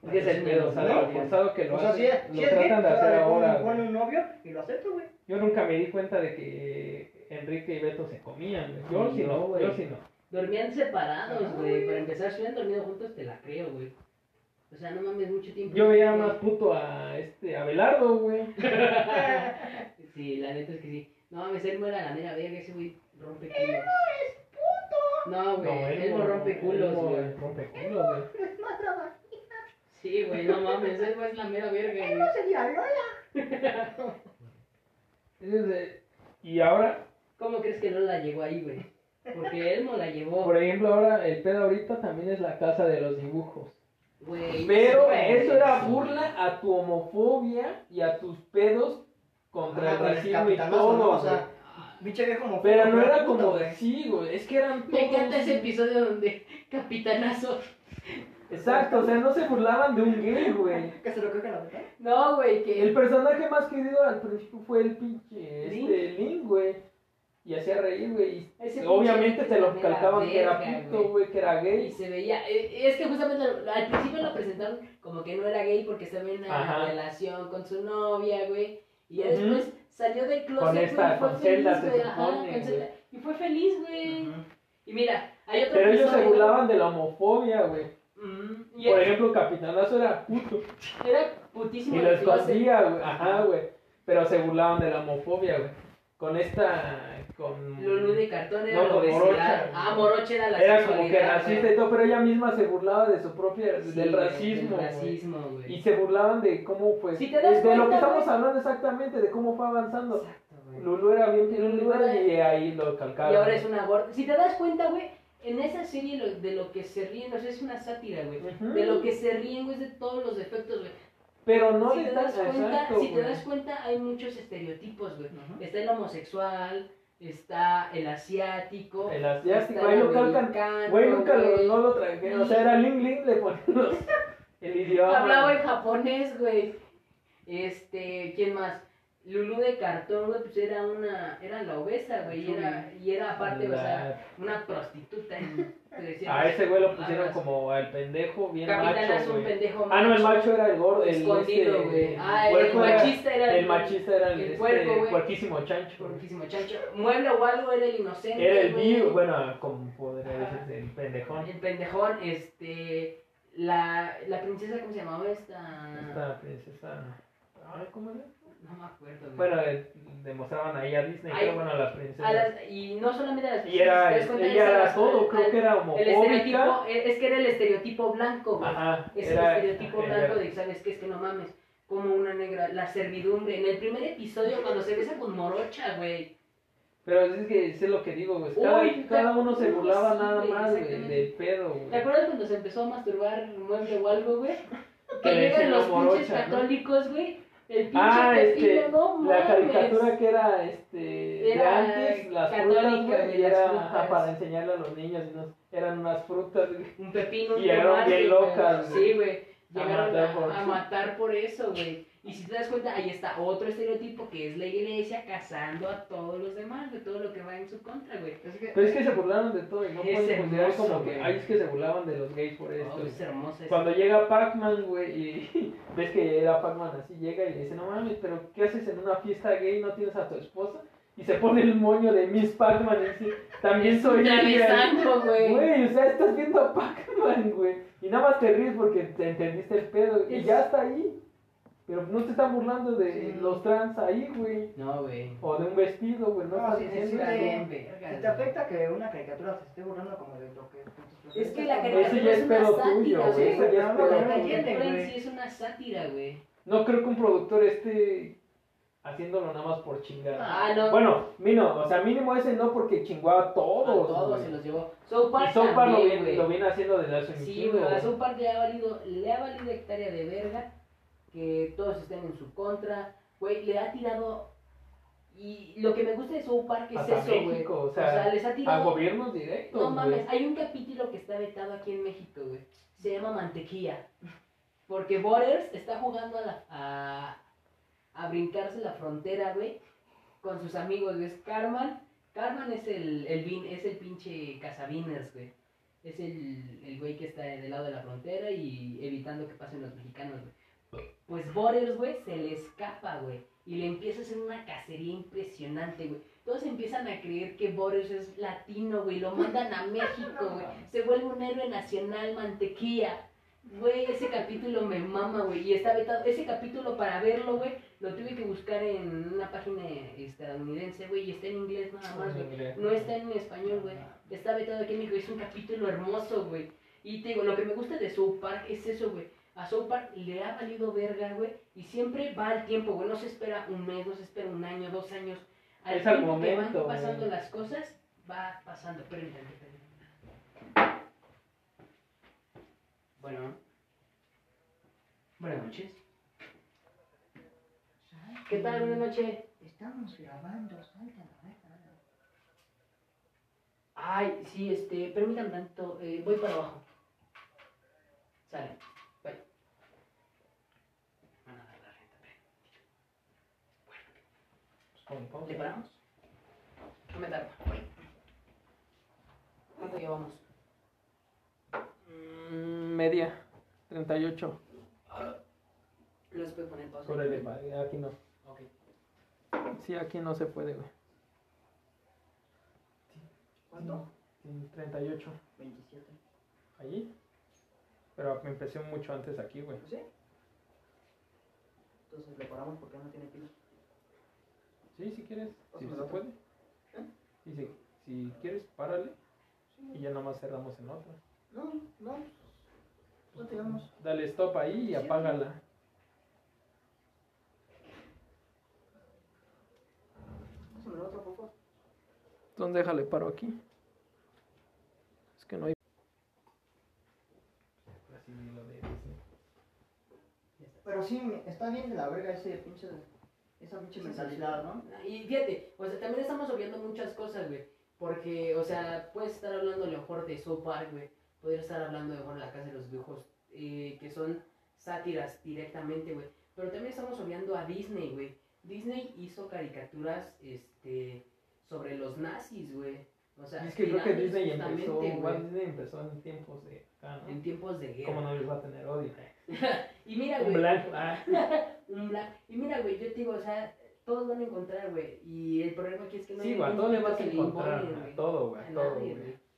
Speaker 1: Ese es el pedo, o sea,
Speaker 2: No, pues,
Speaker 1: lo forzado que lo
Speaker 2: O sea, si es,
Speaker 1: hacen,
Speaker 2: si
Speaker 1: lo
Speaker 2: es gay,
Speaker 1: tratan de
Speaker 2: pues,
Speaker 1: hacer
Speaker 2: ahora le
Speaker 1: ahora.
Speaker 2: pon- pon
Speaker 1: güey.
Speaker 2: un novio y lo acepto, güey.
Speaker 1: Yo nunca me di cuenta de que Enrique y Beto se comían. güey. Yo
Speaker 3: No,
Speaker 1: sí no,
Speaker 3: güey.
Speaker 1: yo sí no.
Speaker 3: Dormían separados,
Speaker 2: Ah,
Speaker 3: güey.
Speaker 2: güey.
Speaker 3: Para empezar, si hubieran dormido juntos, te la creo, güey. O sea, no mames, mucho tiempo.
Speaker 1: Yo veía más puto a este a Belardo, güey.
Speaker 3: Sí, la neta es que sí. No mames, Elmo era la mera verga, ese güey rompe culos. ¡Elmo es puto! No, güey, Elmo, rompe culos,
Speaker 1: Elmo
Speaker 3: güey.
Speaker 1: Rompe culos, güey.
Speaker 3: Sí, güey, no mames, Elmo es la mera verga, güey.
Speaker 2: No sería Lola.
Speaker 1: Ese es de- Y ahora,
Speaker 3: ¿Cómo crees que Lola llegó ahí, güey? Porque Elmo la llevó,
Speaker 1: por ejemplo, ahora el pedo ahorita también es la casa de los dibujos.
Speaker 3: güey.
Speaker 1: Pero
Speaker 3: güey,
Speaker 1: eso era
Speaker 3: sí.
Speaker 1: burla a tu homofobia y a tus pedos contra
Speaker 2: Ajá, con
Speaker 1: el
Speaker 2: el
Speaker 1: racismo y
Speaker 2: capitanazo, ¿no?
Speaker 1: todo,
Speaker 2: O sea,
Speaker 1: güey.
Speaker 2: Biche viejo como.
Speaker 1: Pero no era
Speaker 2: puto,
Speaker 1: como
Speaker 2: güey.
Speaker 1: sí, güey. Es que eran
Speaker 3: Me encanta
Speaker 1: todos-
Speaker 3: ese episodio donde Capitanazo.
Speaker 1: Exacto, o sea, no se burlaban de un gay, güey.
Speaker 2: Que se lo coge la boca.
Speaker 3: No, güey, que.
Speaker 1: El personaje más querido al principio fue el pinche
Speaker 3: Link.
Speaker 1: este, Link, güey. Y hacía reír, güey. y
Speaker 3: Ese
Speaker 1: Obviamente
Speaker 3: pinche
Speaker 1: te lo
Speaker 3: Link era
Speaker 1: calcaban que era
Speaker 3: verga,
Speaker 1: puto, güey, que era
Speaker 3: Y
Speaker 1: gay.
Speaker 3: se veía, eh, es que justamente al- al principio lo presentaron como que no era gay porque estaba en una
Speaker 1: Ajá.
Speaker 3: relación con su novia, güey. Y ya
Speaker 1: Ujú.
Speaker 3: después salió del closet
Speaker 1: Con
Speaker 3: güey,
Speaker 1: esta,
Speaker 3: y fue
Speaker 1: con
Speaker 3: feliz,
Speaker 1: Zelda se
Speaker 3: güey. Ajá,
Speaker 1: supone,
Speaker 3: con
Speaker 1: güey.
Speaker 3: Zelda. Y fue feliz, güey. Y mira, hay otro
Speaker 1: Pero ellos se
Speaker 3: episodio-
Speaker 1: burlaban de la homofobia, güey.
Speaker 3: Ujú, y
Speaker 1: Por
Speaker 3: era-
Speaker 1: ejemplo, Capitanazo era puto.
Speaker 3: era putísimo.
Speaker 1: Y
Speaker 3: en
Speaker 1: lo
Speaker 3: el closet.
Speaker 1: escondía, güey. Ajá, güey. Pero se burlaban de la homofobia, güey. Con esta. Con.
Speaker 3: Lulú de cartón era
Speaker 1: No,
Speaker 3: la
Speaker 1: con
Speaker 3: obesidad.
Speaker 1: Morocha.
Speaker 3: Ah, Morocha era la
Speaker 1: Era como que
Speaker 3: sexualidad,
Speaker 1: racista
Speaker 3: güey.
Speaker 1: y todo, pero ella misma se burlaba de su propia.
Speaker 3: Sí,
Speaker 1: del
Speaker 3: güey,
Speaker 1: racismo,
Speaker 3: Del
Speaker 1: güey.
Speaker 3: racismo, güey.
Speaker 1: Y se burlaban de cómo, pues.
Speaker 3: Si te das
Speaker 1: de
Speaker 3: cuenta,
Speaker 1: lo que estamos
Speaker 3: güey.
Speaker 1: hablando exactamente, de cómo fue avanzando.
Speaker 3: Exacto, güey.
Speaker 1: Lulú era bien
Speaker 3: Lulú
Speaker 1: peluda
Speaker 3: era-
Speaker 1: y ahí lo calcaron.
Speaker 3: Y ahora es una gorda. Si te das cuenta, güey, en esa serie lo- de lo que se ríen, o sea, es una sátira, güey.
Speaker 1: Ujú.
Speaker 3: De lo que se ríen, güey, es de todos los defectos, güey.
Speaker 1: Pero no
Speaker 3: si
Speaker 1: de
Speaker 3: te das
Speaker 1: tan-
Speaker 3: cuenta,
Speaker 1: exacto,
Speaker 3: si te
Speaker 1: güey.
Speaker 3: das cuenta, hay muchos estereotipos, güey.
Speaker 2: Ujú.
Speaker 3: Está el homosexual, está el asiático.
Speaker 1: El asiático,
Speaker 3: está
Speaker 1: ahí
Speaker 3: el
Speaker 1: lo calcan.
Speaker 3: americano,
Speaker 1: Güey, nunca lo,
Speaker 3: güey.
Speaker 1: no lo trajeron. O sea, era Ling Ling, le ponían los- el idioma.
Speaker 3: Hablaba en japonés, güey. Este, ¿quién más? Lulu de cartón, güey, pues era una, era la obesa, güey, y era, y era aparte, o sea, una prostituta. Te decían,
Speaker 1: A ese güey lo pusieron
Speaker 3: palabras.
Speaker 1: como al pendejo, bien
Speaker 3: Capitán es
Speaker 1: macho,
Speaker 3: un
Speaker 1: güey.
Speaker 3: pendejo
Speaker 1: Ah, no, el
Speaker 3: macho.
Speaker 1: macho era el gordo, el
Speaker 3: Escondido,
Speaker 1: este,
Speaker 3: güey. Ah, el
Speaker 1: puerco era-
Speaker 3: machista era
Speaker 1: el machista era el,
Speaker 3: el
Speaker 1: este,
Speaker 3: puerco, güey.
Speaker 1: puerquísimo chancho. güey.
Speaker 3: Porquísimo chancho. Mueble o algo era el inocente.
Speaker 1: Era el
Speaker 3: güey.
Speaker 1: vivo, bueno, como podría decirse, el pendejón.
Speaker 3: El pendejón, este. La, la princesa, ¿cómo se llamaba esta?
Speaker 1: Esta princesa. Ay, ¿cómo era?
Speaker 3: No me acuerdo. güey.
Speaker 1: Bueno, eh, demostraban ahí a Disney,
Speaker 3: Ay,
Speaker 1: pero bueno, a las
Speaker 3: A
Speaker 1: princesas.
Speaker 3: las- y no solamente a las
Speaker 1: Y era,
Speaker 3: ¿te das cuenta?
Speaker 1: ella
Speaker 3: Esa-
Speaker 1: era todo, creo
Speaker 3: al-
Speaker 1: que era
Speaker 3: El
Speaker 1: homofóbica.
Speaker 3: estereotipo, e, es es que era el estereotipo blanco, güey.
Speaker 1: Ajá,
Speaker 3: Es
Speaker 1: era-
Speaker 3: el estereotipo
Speaker 1: era-
Speaker 3: blanco de, ¿sabes qué? Es que no mames. Como una negra, la servidumbre. En el primer episodio, cuando se besa con Morocha, güey.
Speaker 1: Pero es que es lo que digo, güey.
Speaker 3: Uy,
Speaker 1: Cada,
Speaker 3: te-
Speaker 1: cada uno se
Speaker 3: uy,
Speaker 1: burlaba
Speaker 3: sí,
Speaker 1: nada
Speaker 3: güey,
Speaker 1: más, güey,
Speaker 3: exactamente.
Speaker 1: del pedo,
Speaker 3: ¿Te
Speaker 1: güey.
Speaker 3: acuerdas cuando se empezó a masturbar mueble o algo, güey?
Speaker 1: Que
Speaker 3: Que
Speaker 1: le
Speaker 3: llegan
Speaker 1: decían
Speaker 3: los
Speaker 1: morocha,
Speaker 3: pinches
Speaker 1: ¿no?
Speaker 3: católicos, güey. El pinche
Speaker 1: Ah,
Speaker 3: pepino,
Speaker 1: este,
Speaker 3: no mames.
Speaker 1: la caricatura que era, este,
Speaker 3: pues? Era
Speaker 1: de antes, las
Speaker 3: católica,
Speaker 1: frutas, güey, y
Speaker 3: güey, las
Speaker 1: era
Speaker 3: frutas.
Speaker 1: ajá, para enseñarle a los niños, y nos- eran unas frutas, güey.
Speaker 3: Un pepino. un
Speaker 1: Y eran
Speaker 3: tomate,
Speaker 1: bien
Speaker 3: güey.
Speaker 1: locas, güey.
Speaker 3: Sí, güey.
Speaker 1: A
Speaker 3: Llegaron
Speaker 1: matar
Speaker 3: a,
Speaker 1: por-
Speaker 3: a matar por eso, güey. Y si te das cuenta, ahí está otro estereotipo que es la iglesia cazando a todos los demás, de todo lo que va en su contra, güey.
Speaker 2: Es que, eh,
Speaker 1: Pero es que se burlaron de todo y no
Speaker 3: Es
Speaker 1: pueden considerar
Speaker 3: hermoso,
Speaker 1: como que,
Speaker 3: güey.
Speaker 1: ay, es que se burlaban de los gays por esto.
Speaker 3: Oh, es hermosa esa.
Speaker 1: Cuando llega Pac-Man, güey, y ves que era Pac-Man así, llega y le dice, no mames, pero ¿qué haces en una fiesta gay? ¿No tienes a tu esposa? Y se pone el moño de Miss Pac-Man y dice, también soy ella.
Speaker 3: Travesando, güey.
Speaker 1: Güey, o sea, estás viendo a Pac-Man, güey. Y nada más te ríes porque te entendiste el pedo. Y
Speaker 3: Es-
Speaker 1: ya está ahí. Pero no te están burlando de
Speaker 2: Sí.
Speaker 1: los trans ahí, güey.
Speaker 3: No, güey.
Speaker 1: O de un vestido, güey. No,
Speaker 2: No,
Speaker 1: estás
Speaker 2: Ah, sí, sí,
Speaker 1: diciendo.
Speaker 2: sí,
Speaker 3: Está
Speaker 2: sí.
Speaker 3: bien,
Speaker 2: si
Speaker 3: vergas,
Speaker 2: te afecta que una caricatura se esté burlando como de lo que...
Speaker 3: Es que la
Speaker 1: Eso
Speaker 3: caricatura
Speaker 1: ya es
Speaker 3: es una
Speaker 1: pedo
Speaker 3: sátira,
Speaker 1: tuyo,
Speaker 3: güey.
Speaker 1: güey. Eso ya es
Speaker 2: Sí, güey,
Speaker 1: pedo
Speaker 2: pero
Speaker 3: La
Speaker 2: no
Speaker 1: tuyo.
Speaker 2: entiende,
Speaker 3: caricatura en
Speaker 2: güey.
Speaker 3: sí es una sátira, güey.
Speaker 1: No creo que un productor esté haciéndolo nada más por chingar.
Speaker 3: Ah, no.
Speaker 1: Bueno, mino, o sea, mínimo ese no porque chingaba a
Speaker 3: a
Speaker 1: todos.
Speaker 3: todos
Speaker 1: güey.
Speaker 3: se los llevó. South
Speaker 1: Y
Speaker 3: Park
Speaker 1: South Park lo,
Speaker 3: también,
Speaker 1: viene- lo
Speaker 3: güey.
Speaker 1: viene haciendo desde hace un
Speaker 3: Sí,
Speaker 1: chingo,
Speaker 3: güey. A
Speaker 1: güey.
Speaker 3: South Park le ha valido, le ha valido hectárea de verga. Que todos estén en su contra. Güey, le ha tirado. Y lo que me gusta de South Park es
Speaker 1: Hasta
Speaker 3: eso, güey.
Speaker 1: México, o
Speaker 3: O
Speaker 1: sea,
Speaker 3: sea, les ha
Speaker 1: a
Speaker 3: tirado.
Speaker 1: gobiernos directos,
Speaker 3: No
Speaker 1: güey.
Speaker 3: mames, hay un capítulo que está vetado aquí en México, güey. Se llama Mantequilla. Porque Borders está jugando a, la- a, a brincarse la frontera, güey. Con sus amigos, güey. Es Carman. Carman es el, el, vin- es el pinche Casabiners, güey. Es el, el güey que está del lado de la frontera y evitando que pasen los mexicanos, güey. Pues Borders, güey, se le escapa, güey. Y le empieza a hacer una cacería impresionante, güey. Todos empiezan a creer que Boris es latino, güey. Lo mandan a México, güey. Se vuelve un héroe nacional, mantequilla. Güey, ese capítulo me mama, güey. Y está vetado. Ese capítulo para verlo, güey, lo tuve que buscar en una página este, estadounidense, güey. Y está en inglés nada más, güey. Ah, No está en español, güey. Está vetado aquí en México. Es un capítulo hermoso, güey. Y te digo, lo que me gusta de South Park es eso, güey. A South Park le ha valido verga, güey. Y siempre va al tiempo, güey. No se espera un mes, no se espera un año, dos años. Al
Speaker 1: Es al
Speaker 3: tiempo que van
Speaker 1: momento,
Speaker 3: pasando
Speaker 1: güey.
Speaker 3: las cosas, va pasando. Espérame, espérame, espérame. Bueno. Buenas noches. ¿Qué tal? Buenas noches.
Speaker 2: Estamos grabando, salta la verga.
Speaker 3: Ay, sí, este, permítanme tanto, eh, voy para abajo. Sale, voy. Van a dar la renta, pero ¿Le paramos? no me tarda, voy. ¿Cuánto llevamos?
Speaker 1: Mm, Media, 38.
Speaker 3: No les puedo poner pausa.
Speaker 1: Órale, padre, aquí no.
Speaker 3: Ok.
Speaker 1: Sí, aquí no se puede, güey.
Speaker 2: ¿Cuánto?
Speaker 1: Mm, 38.
Speaker 2: 27.
Speaker 1: ¿Allí? Pero me empecé mucho antes aquí, güey.
Speaker 2: ¿Pues ¿Sí? Entonces le paramos porque no tiene pila.
Speaker 1: Sí, si quieres. Si
Speaker 2: Pásame
Speaker 1: se
Speaker 2: la otra.
Speaker 1: puede. Y si, si quieres, párale. Y ya nada más cerramos en otra.
Speaker 2: No, no. Pues, No te vamos.
Speaker 1: Dale stop ahí y
Speaker 2: Sí,
Speaker 1: apágala.
Speaker 2: Pásame la otra, por favor.
Speaker 1: Entonces déjale paro aquí. Es que no hay. Así lo de Disney.
Speaker 2: Pero sí, me- está bien de la verga ese pinche. Esa pinche mentalidad, ¿no?
Speaker 3: Y fíjate, o sea, también estamos obviando muchas cosas, güey. Porque, o sea, puedes estar hablando a lo mejor de South Park, güey. Podrías estar hablando de, bueno, la casa de los dibujos, eh, que son sátiras directamente, güey. Pero también estamos obviando a Disney, güey. Disney hizo caricaturas este, sobre los nazis, güey. O sea,
Speaker 1: es que creo que
Speaker 3: tiradas
Speaker 1: Disney empezó,
Speaker 3: justamente, güey,
Speaker 1: Walt Disney empezó en tiempos de acá,
Speaker 3: en
Speaker 1: ¿no?
Speaker 3: tiempos de
Speaker 1: ¿Cómo
Speaker 3: guerra.
Speaker 1: no les va a tener odio? eh?
Speaker 3: Y mira,
Speaker 1: Un
Speaker 3: güey.
Speaker 1: blanco, ah,
Speaker 3: un bla- Y mira, güey, yo te digo, o sea, todos van a encontrar, güey. Y el problema aquí es que no
Speaker 1: sí,
Speaker 3: hay
Speaker 1: güey, a
Speaker 3: ningún
Speaker 1: todo le
Speaker 3: punto
Speaker 1: vas a
Speaker 3: que
Speaker 1: encontrar,
Speaker 3: impone,
Speaker 1: a
Speaker 3: güey,
Speaker 1: todo, güey,
Speaker 3: a
Speaker 1: a todo,
Speaker 3: nadie,
Speaker 1: güey.
Speaker 3: güey.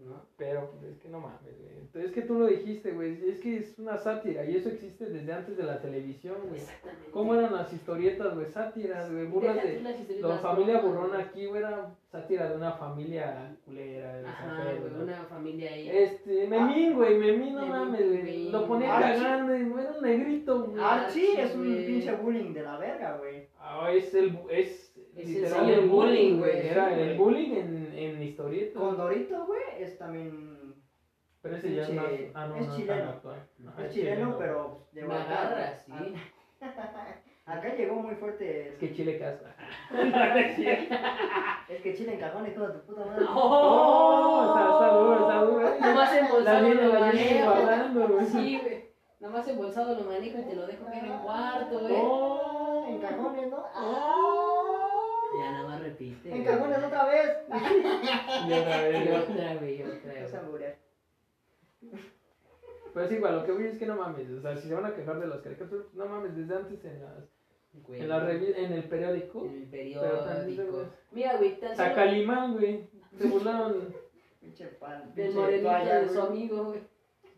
Speaker 3: ¿No?
Speaker 1: Pero pues, es que no mames, güey. Entonces, Es que tú lo dijiste, güey. Es que es una sátira y eso existe desde antes de la televisión, güey.
Speaker 3: Exactamente.
Speaker 1: ¿Cómo eran las historietas, güey? Sátiras, güey. Burlas de. La familia burrona aquí, güey, era sátira de una familia culera. De San
Speaker 3: Ajá,
Speaker 1: Pedro,
Speaker 3: güey,
Speaker 1: ¿no?
Speaker 3: una familia ahí.
Speaker 1: Este, Memín, güey, Memín, no
Speaker 3: Memín,
Speaker 1: mames, güey.
Speaker 3: Memín.
Speaker 1: Lo ponía
Speaker 2: Archie.
Speaker 1: cagando y no era un negrito, güey.
Speaker 3: Ah.
Speaker 2: Archie es un
Speaker 3: güey.
Speaker 2: pinche bullying de la verga, güey.
Speaker 1: Ah, es el. bu- Es,
Speaker 3: el
Speaker 1: literal
Speaker 3: señor bullying, güey.
Speaker 1: Era
Speaker 3: Sí,
Speaker 1: el
Speaker 3: güey.
Speaker 1: bullying en, en historietas.
Speaker 2: Condorito, güey, es también.
Speaker 1: Pero ese ya es más.
Speaker 2: Pinche-
Speaker 1: Ah, no,
Speaker 2: es
Speaker 1: no,
Speaker 2: chileno.
Speaker 1: tan actual. Ajá,
Speaker 2: Es chileno, pero de
Speaker 3: Ah, Me
Speaker 2: Oaxaca. Ah,
Speaker 3: agarra, sí.
Speaker 2: Acá llegó muy fuerte.
Speaker 1: Es que Chile casa. No, es cierto.
Speaker 2: Es que chile en cajón y toda tu puta madre.
Speaker 1: ¡Oh!
Speaker 3: ¡Oh!
Speaker 1: Está, está duro, está duro. eh.
Speaker 3: Nomás
Speaker 1: La
Speaker 3: embolsado
Speaker 1: viene,
Speaker 3: lo
Speaker 1: la viene
Speaker 3: manejo.
Speaker 1: guardando, güey.
Speaker 3: Sí, güey. Nomás embolsado lo manejo y te lo dejo caer en cuarto, güey.
Speaker 1: ¡Oh!
Speaker 2: En cajones, ¿no? Ah,
Speaker 3: Ya nada más repite.
Speaker 2: En
Speaker 3: güey.
Speaker 2: cajones otra vez. Ah,
Speaker 1: Y otra vez,
Speaker 3: Y
Speaker 1: ya.
Speaker 3: otra, güey, y otra,
Speaker 2: Es
Speaker 3: güey.
Speaker 2: hamburguer.
Speaker 1: Pero es igual, lo que voy es que no mames, o sea, si se van a quejar de las caricaturas, pues no mames, desde antes en, las,
Speaker 3: Güey.
Speaker 1: en, la revi- en el periódico.
Speaker 3: En el
Speaker 1: Pero también se
Speaker 3: periódico.
Speaker 1: ve.
Speaker 3: Mira, güey, tan solo
Speaker 1: Zacalimán, güey, se burlaron.
Speaker 2: Pinche pan.
Speaker 3: del
Speaker 2: pinche
Speaker 3: morenito
Speaker 2: toalla,
Speaker 3: de su
Speaker 2: güey.
Speaker 3: amigo, güey.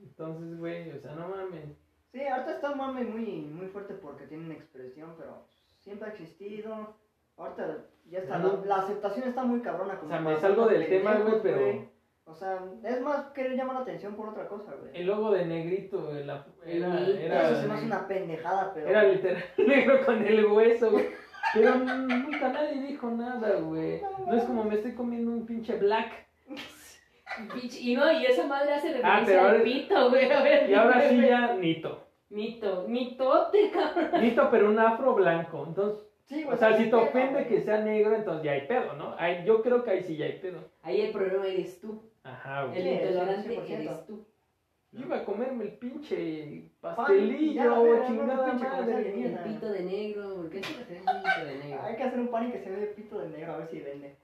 Speaker 1: Entonces, güey, o sea, no mames.
Speaker 2: Sí, ahorita está un mame muy, muy fuerte porque tienen expresión, pero siempre ha existido. Ahorita ya está, la, la aceptación está muy cabrona.
Speaker 1: O
Speaker 2: Como
Speaker 1: sea, me
Speaker 2: para
Speaker 1: salgo
Speaker 2: unos
Speaker 1: del tema, güey,
Speaker 2: pendejos,
Speaker 1: pero
Speaker 2: O sea, es más querer llamar la atención por otra cosa, güey.
Speaker 1: el logo de negrito, güey, la- era,
Speaker 2: Eso se me hace
Speaker 1: era,
Speaker 2: una pendejada, pero...
Speaker 1: era literal negro con el hueso, güey. Pero nunca nadie dijo nada, güey. No es como me estoy comiendo un pinche black.
Speaker 3: Pinche- Y no, y esa madre hace
Speaker 1: Ah,
Speaker 3: referencia
Speaker 1: pero
Speaker 3: al
Speaker 1: ahora-
Speaker 3: pito, güey. a ver,
Speaker 1: Y ahora sí
Speaker 3: güey.
Speaker 1: ya nito.
Speaker 3: Mito, mitote, cabrón.
Speaker 1: Nito, pero un afro blanco. Entonces,
Speaker 2: Sí,
Speaker 1: O sea, si te
Speaker 2: pedo,
Speaker 1: ofende
Speaker 2: güey.
Speaker 1: que sea negro, entonces ya hay pedo, ¿no? Ahí- yo creo que ahí sí ya hay pedo.
Speaker 3: Ahí el problema eres tú.
Speaker 1: Ajá,
Speaker 3: El
Speaker 1: güey.
Speaker 2: Sí,
Speaker 3: intolerante
Speaker 2: 100%.
Speaker 3: eres tú.
Speaker 1: Yo iba a comerme el pinche
Speaker 2: ya la
Speaker 1: pastelillo,
Speaker 2: verga, no,
Speaker 1: chingada
Speaker 2: pinche comercial de
Speaker 1: madre.
Speaker 2: mierda.
Speaker 3: El pito de negro. ¿Por qué se referencia al pito de negro?
Speaker 2: Hay que hacer un pan y que se ve el pito de negro, a ver si vende.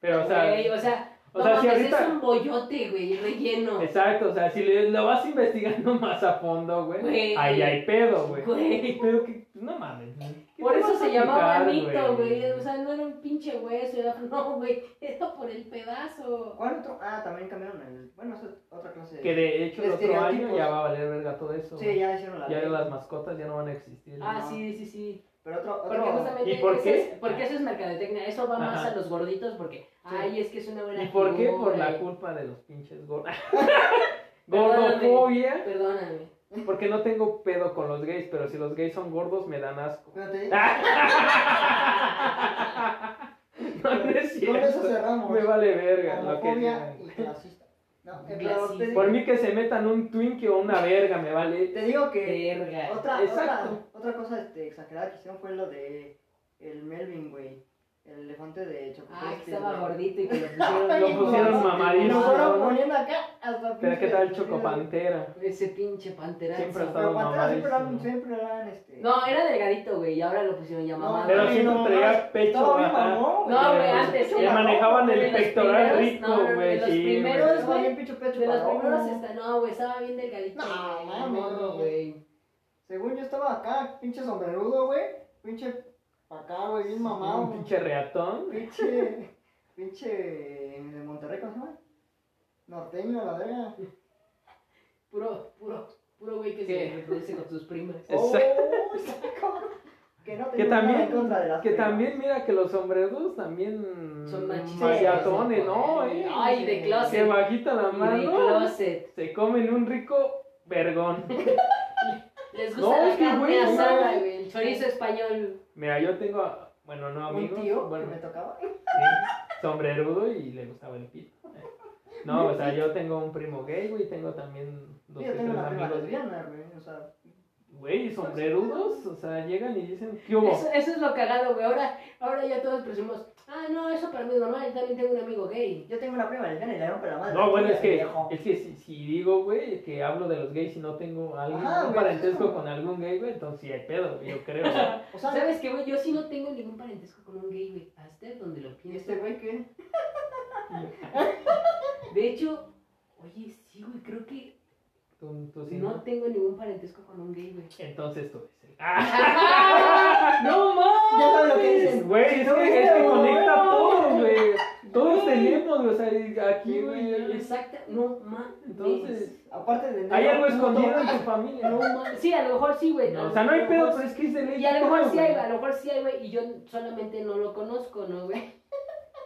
Speaker 1: Pero, o sea,
Speaker 3: Güey, o sea,
Speaker 1: o
Speaker 3: no pues
Speaker 1: sea, si
Speaker 3: mames,
Speaker 1: ahorita-
Speaker 3: es un boyote, güey, relleno.
Speaker 1: exacto, o sea, si le- lo vas investigando más a fondo, güey,
Speaker 3: Güey.
Speaker 1: ahí hay pedo, güey.
Speaker 3: Güey.
Speaker 1: Pero que, pues, no mames. güey. ¿Qué
Speaker 3: Por
Speaker 1: te
Speaker 3: eso
Speaker 1: vas a
Speaker 3: se llamaba
Speaker 1: fijar,
Speaker 3: mito, güey. O sea, no era un pinche hueso, era- no, güey. Era por el pedazo.
Speaker 2: ¿Cuál otro? Ah, también cambiaron el... Bueno, eso es otra clase de...
Speaker 1: Que de hecho el otro año
Speaker 2: Estereotipos.
Speaker 1: ya va a valer verga todo eso.
Speaker 2: Sí,
Speaker 1: güey.
Speaker 2: ya hicieron la...
Speaker 1: Ya
Speaker 2: ley.
Speaker 1: las mascotas ya no van a existir.
Speaker 3: Ah,
Speaker 2: No.
Speaker 3: sí, sí, sí.
Speaker 2: Pero otro...
Speaker 3: Porque
Speaker 2: otro...
Speaker 3: justamente
Speaker 1: ¿Y por
Speaker 3: eso
Speaker 1: qué?
Speaker 3: es- porque eso es mercadotecnia. Eso va más
Speaker 1: Ajá.
Speaker 3: a los gorditos porque, ay, es que es una buena
Speaker 1: ¿Y por qué?
Speaker 3: figura,
Speaker 1: Por la
Speaker 3: y-
Speaker 1: culpa de los pinches gordos.
Speaker 3: Perdóname.
Speaker 1: Gordofobia.
Speaker 3: Perdóname.
Speaker 1: Porque no tengo pedo con los gays, pero si los gays son gordos me dan asco.
Speaker 2: Pero te-
Speaker 1: No, no es
Speaker 2: Con eso
Speaker 1: cierto.
Speaker 2: cerramos.
Speaker 1: Me vale verga lo que
Speaker 2: Homofobia
Speaker 1: digan.
Speaker 2: y clasista. No, eh, pero
Speaker 3: Clasista.
Speaker 2: te,
Speaker 1: Por mí que se metan un Twinkie o una verga, me vale.
Speaker 2: te digo que
Speaker 3: Verga.
Speaker 2: otra, otra,
Speaker 1: Exacto.
Speaker 2: otra cosa este, exagerada que hicieron fue lo de el Melvin, güey. El elefante de Este, chocolate.
Speaker 3: Ah, que
Speaker 1: Este,
Speaker 3: estaba
Speaker 2: güey.
Speaker 3: gordito y que lo pusieron.
Speaker 1: Lo pusieron
Speaker 2: Y
Speaker 1: mamadísimo.
Speaker 2: lo fueron
Speaker 1: ¿no?
Speaker 2: poniendo acá hasta
Speaker 1: Pero qué
Speaker 2: pinche-
Speaker 1: tal Chocopantera.
Speaker 3: Ese pinche panterazo.
Speaker 1: Siempre está-
Speaker 2: Pero Pantera siempre eran,
Speaker 1: Mamadísimo.
Speaker 2: siempre eran este.
Speaker 3: No, era delgadito, güey, y ahora lo pusieron ya mamado.
Speaker 1: Pero
Speaker 2: no,
Speaker 1: siempre
Speaker 2: no,
Speaker 1: traía pecho,
Speaker 2: estaba bien
Speaker 1: ajá.
Speaker 2: mamón, güey.
Speaker 3: No,
Speaker 1: güey,
Speaker 3: antes
Speaker 1: Le
Speaker 3: era-
Speaker 1: manejaban el
Speaker 3: de los
Speaker 1: pectoral
Speaker 3: primeros,
Speaker 1: rico,
Speaker 3: no, no, de
Speaker 1: güey.
Speaker 3: los
Speaker 1: sí, güey.
Speaker 3: primeros,
Speaker 2: Estaba bien pinche pecho
Speaker 3: De los
Speaker 2: parado.
Speaker 3: primeros está, no, güey, estaba bien delgadito.
Speaker 2: No,
Speaker 3: el
Speaker 2: mames,
Speaker 3: morro,
Speaker 2: güey.
Speaker 3: güey.
Speaker 2: Según yo estaba acá, pinche sombrerudo, güey. Pinche pa' acá, güey, bien mamado.
Speaker 1: Un
Speaker 2: güey.
Speaker 1: pinche reatón.
Speaker 2: Pinche. Pinche. De Monterrey, ¿cómo se llama? Norteño, la verga.
Speaker 3: Puro, puro, puro güey que
Speaker 1: ¿Qué?
Speaker 3: se reproduce con sus primas.
Speaker 2: Oh,
Speaker 1: Exacto.
Speaker 2: está cabrón. que no
Speaker 1: Que
Speaker 2: tenía nada en
Speaker 1: también,
Speaker 2: contra de las
Speaker 1: que
Speaker 2: primas.
Speaker 1: también, mira que los sombreros también
Speaker 3: Son machistas.
Speaker 1: mayatones, ¿no? Eh.
Speaker 3: Ay, de
Speaker 1: Se
Speaker 3: closet.
Speaker 1: bajita la
Speaker 3: De
Speaker 1: mano.
Speaker 3: closet.
Speaker 1: Se comen un rico vergón.
Speaker 3: Les
Speaker 1: No,
Speaker 3: gusta
Speaker 1: es
Speaker 3: la
Speaker 1: que,
Speaker 3: carne
Speaker 1: güey,
Speaker 3: asada,
Speaker 1: no.
Speaker 3: güey. El chorizo español.
Speaker 1: Mira, yo tengo, a- bueno, no
Speaker 2: Un
Speaker 1: amigos,
Speaker 2: tío
Speaker 1: bueno,
Speaker 2: que me tocaba.
Speaker 1: sí, sombrerudo y le gustaba el pito. No, o sea, yo tengo un primo gay, güey, y tengo también dos
Speaker 2: yo
Speaker 1: que
Speaker 2: tengo
Speaker 1: tres
Speaker 2: una prima
Speaker 1: amigos.
Speaker 2: lesbiana, güey. O sea,
Speaker 1: Güey, sombrerudos, o sea, llegan y dicen, ¿qué hubo?
Speaker 3: Eso, eso es lo cagado, güey. Ahora, ahora ya todos presumimos, ah, no, eso para mí es normal, yo también tengo un amigo gay.
Speaker 2: Yo tengo una prima lesbiana y le rompe la madre.
Speaker 1: No, bueno, es que,
Speaker 2: Viejo.
Speaker 1: es que si, si digo, güey, que hablo de los gays y no tengo algún
Speaker 2: Ajá,
Speaker 1: un
Speaker 2: güey,
Speaker 1: parentesco
Speaker 2: eso.
Speaker 1: con algún gay, güey, entonces sí hay pedo, güey, yo creo. o sea,
Speaker 2: O sea,
Speaker 3: ¿Sabes qué, güey? Yo sí no tengo ningún parentesco con un gay, güey. Hasta donde lo
Speaker 2: ¿y
Speaker 3: pienso.
Speaker 2: este güey qué?
Speaker 3: De hecho, oye, sí, güey, creo que
Speaker 1: tú, tú sí,
Speaker 3: no
Speaker 1: ¿no?
Speaker 3: tengo ningún parentesco con un gay, güey.
Speaker 1: Entonces tú eres el... ¡Ah!
Speaker 3: ¡No mames!
Speaker 2: Ya sabes lo que dicen.
Speaker 1: Güey, es
Speaker 2: No,
Speaker 1: que este
Speaker 2: güey.
Speaker 1: conecta a todos, güey. Todos
Speaker 3: Güey.
Speaker 1: tenemos, güey, o sea, aquí,
Speaker 2: Sí,
Speaker 1: güey.
Speaker 3: Exacta, no mames.
Speaker 1: Entonces,
Speaker 2: Aparte de.
Speaker 1: hay algo
Speaker 2: no, no,
Speaker 1: escondido en
Speaker 2: no,
Speaker 1: tu familia,
Speaker 3: No
Speaker 1: ¿no?
Speaker 3: mames. Sí, a lo mejor sí, güey.
Speaker 1: No,
Speaker 3: A
Speaker 1: o
Speaker 3: lo
Speaker 1: sea, no hay
Speaker 3: mejor
Speaker 1: pedo,
Speaker 3: sí.
Speaker 1: pero es que es de ley.
Speaker 3: Y a lo mejor sí
Speaker 1: güey.
Speaker 3: hay, güey, a lo mejor sí hay, güey, y yo solamente no lo conozco, ¿no, güey?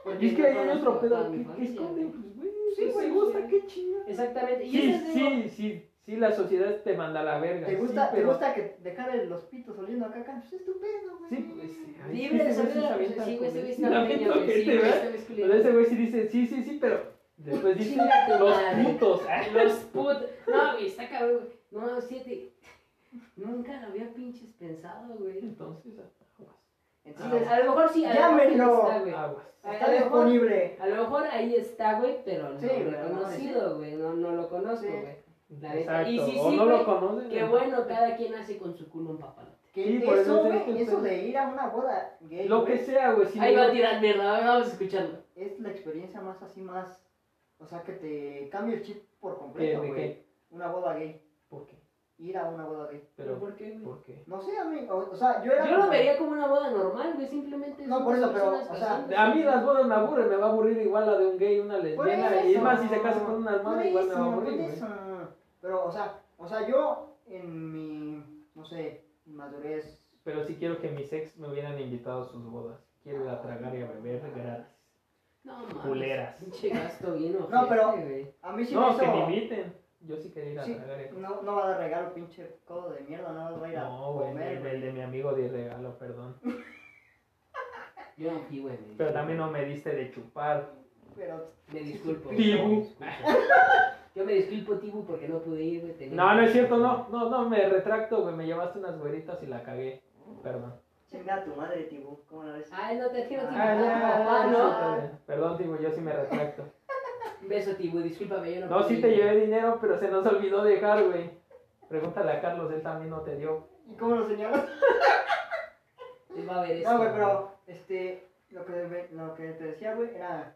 Speaker 2: porque
Speaker 1: Y es que
Speaker 2: no
Speaker 1: hay
Speaker 2: conozco
Speaker 1: otro
Speaker 2: a
Speaker 1: pedo.
Speaker 2: mi
Speaker 1: ¿Qué, qué
Speaker 2: familia.
Speaker 1: esconden? Pues, güey,
Speaker 2: Sí,
Speaker 1: si
Speaker 2: güey,
Speaker 1: se gusta,
Speaker 2: sí.
Speaker 1: qué chido.
Speaker 3: Exactamente. Y
Speaker 1: Sí,
Speaker 3: eso es digo,
Speaker 1: sí, sí, sí, la sociedad te manda a la verga.
Speaker 2: ¿Te gusta,
Speaker 1: sí,
Speaker 2: ¿Te gusta que dejar el- los pitos oliendo a caca? Pues estupendo, güey.
Speaker 1: Sí, pues, ay,
Speaker 3: Libre de
Speaker 1: ese güey sí
Speaker 3: saber
Speaker 1: se
Speaker 3: la
Speaker 1: avienta
Speaker 3: Sí, güey,
Speaker 1: con
Speaker 3: se
Speaker 1: el-
Speaker 3: viste una
Speaker 1: lamento
Speaker 3: peña, güey.
Speaker 1: que
Speaker 3: Sí,
Speaker 1: te
Speaker 3: güey,
Speaker 1: veas.
Speaker 3: se ve
Speaker 1: Pero
Speaker 3: culero.
Speaker 1: ese güey sí dice, sí, sí, sí, pero después dice,
Speaker 3: Chinga tu
Speaker 1: los
Speaker 3: madre".
Speaker 1: putos. Ah,
Speaker 3: Los put... No, güey, está cabrón, güey. No, siete. Nunca lo había pinches pensado,
Speaker 1: Ah,
Speaker 3: güey.
Speaker 1: Entonces, aguas.
Speaker 2: Entonces,
Speaker 3: A lo mejor sí, a lo mejor ahí
Speaker 2: Llámenlo.
Speaker 3: está, güey.
Speaker 1: Aguas.
Speaker 3: A-
Speaker 2: está
Speaker 3: a lo mejor-
Speaker 2: disponible.
Speaker 3: A lo mejor ahí está, güey, pero no
Speaker 2: Sí,
Speaker 3: lo he
Speaker 2: pero no,
Speaker 3: conocido, güey. No, no lo conozco,
Speaker 2: Sí.
Speaker 3: güey. La neta.
Speaker 1: Exacto.
Speaker 3: Y si
Speaker 1: o
Speaker 3: sí,
Speaker 1: no
Speaker 3: güey,
Speaker 1: lo conoces.
Speaker 3: Qué
Speaker 1: ¿no?
Speaker 3: bueno, cada quien hace con su culo un papalote.
Speaker 2: Que
Speaker 1: Sí, por eso
Speaker 2: eso,
Speaker 1: es
Speaker 2: güey,
Speaker 1: que
Speaker 2: eso
Speaker 1: está-
Speaker 2: de ir a una boda gay
Speaker 1: Lo
Speaker 2: güey,
Speaker 1: que sea, güey. Si
Speaker 3: Ahí
Speaker 1: no-
Speaker 3: va a tirar mierda, a ver, vamos a escucharlo.
Speaker 2: es la experiencia más así, más. O sea, que te cambia el chip por
Speaker 1: ¿Qué,
Speaker 2: completo,
Speaker 1: de
Speaker 2: güey.
Speaker 1: qué?
Speaker 2: Una boda gay.
Speaker 1: ¿Por qué?
Speaker 2: Ir a una boda gay.
Speaker 1: Pero,
Speaker 3: ¿por qué, güey?
Speaker 1: ¿por qué?
Speaker 2: No sé, a mí. O, o sea, yo era.
Speaker 3: Yo lo
Speaker 2: como-
Speaker 3: vería como una boda normal, güey, simplemente.
Speaker 2: No,
Speaker 3: son
Speaker 2: por eso, pero,
Speaker 3: personas
Speaker 2: o sea,
Speaker 3: casándose.
Speaker 1: A mí las bodas me aburren, me va a aburrir igual la de un gay, una
Speaker 2: Por
Speaker 1: lesbiana, y
Speaker 2: eso,
Speaker 1: es más, si se casa con una
Speaker 2: por
Speaker 1: hermana, igual me va a
Speaker 2: eso,
Speaker 1: aburrir,
Speaker 2: por
Speaker 1: güey.
Speaker 2: eso. Pero, o sea, o sea, yo en mi. No sé, madurez.
Speaker 1: Pero sí quiero que mis ex me hubieran invitado a sus bodas. Quiero ir a tragar y a beber gratis.
Speaker 3: No, mames.
Speaker 1: Culeras.
Speaker 3: Pinche gasto bien, ojete,
Speaker 2: No, pero-
Speaker 3: güey.
Speaker 2: A mí sí me
Speaker 1: No,
Speaker 2: hizo-
Speaker 1: que me inviten. Yo sí quería ir a
Speaker 2: Sí,
Speaker 1: tragar y a beber.
Speaker 2: No, no va a dar regalo, pinche codo de mierda, no vas a ir a
Speaker 1: No, güey,
Speaker 2: comer,
Speaker 1: el, el de mi amigo de regalo, perdón.
Speaker 3: Yo aquí, güey. me-
Speaker 1: Pero también no me diste de chupar.
Speaker 2: Pero
Speaker 3: Me disculpo.
Speaker 1: Tibu.
Speaker 3: me disculpo. Yo me disculpo, Tibu, porque no pude ir, güey. tenía-
Speaker 1: No, no es cierto, no. No, no, me retracto, güey. Me llevaste unas güeritas y la cagué. Perdón.
Speaker 2: chinga a tu madre, Tibú, ¿cómo la ves?
Speaker 3: Ay, no te quiero, Tibu.
Speaker 2: Ah, ya,
Speaker 3: papá,
Speaker 2: ya,
Speaker 3: no.
Speaker 1: Perdón, Tibu, yo sí me retracto.
Speaker 3: Un beso, Tibu, discúlpame, yo no
Speaker 1: No,
Speaker 3: pude
Speaker 1: sí
Speaker 3: ir,
Speaker 1: te
Speaker 3: güey.
Speaker 1: llevé dinero, pero se nos olvidó dejar, güey. Pregúntale a Carlos, él también no te dio.
Speaker 2: ¿Y cómo lo señalas?
Speaker 3: Él va a ver esto.
Speaker 2: No, güey, pero, este, lo que, me- lo que te decía, güey, era,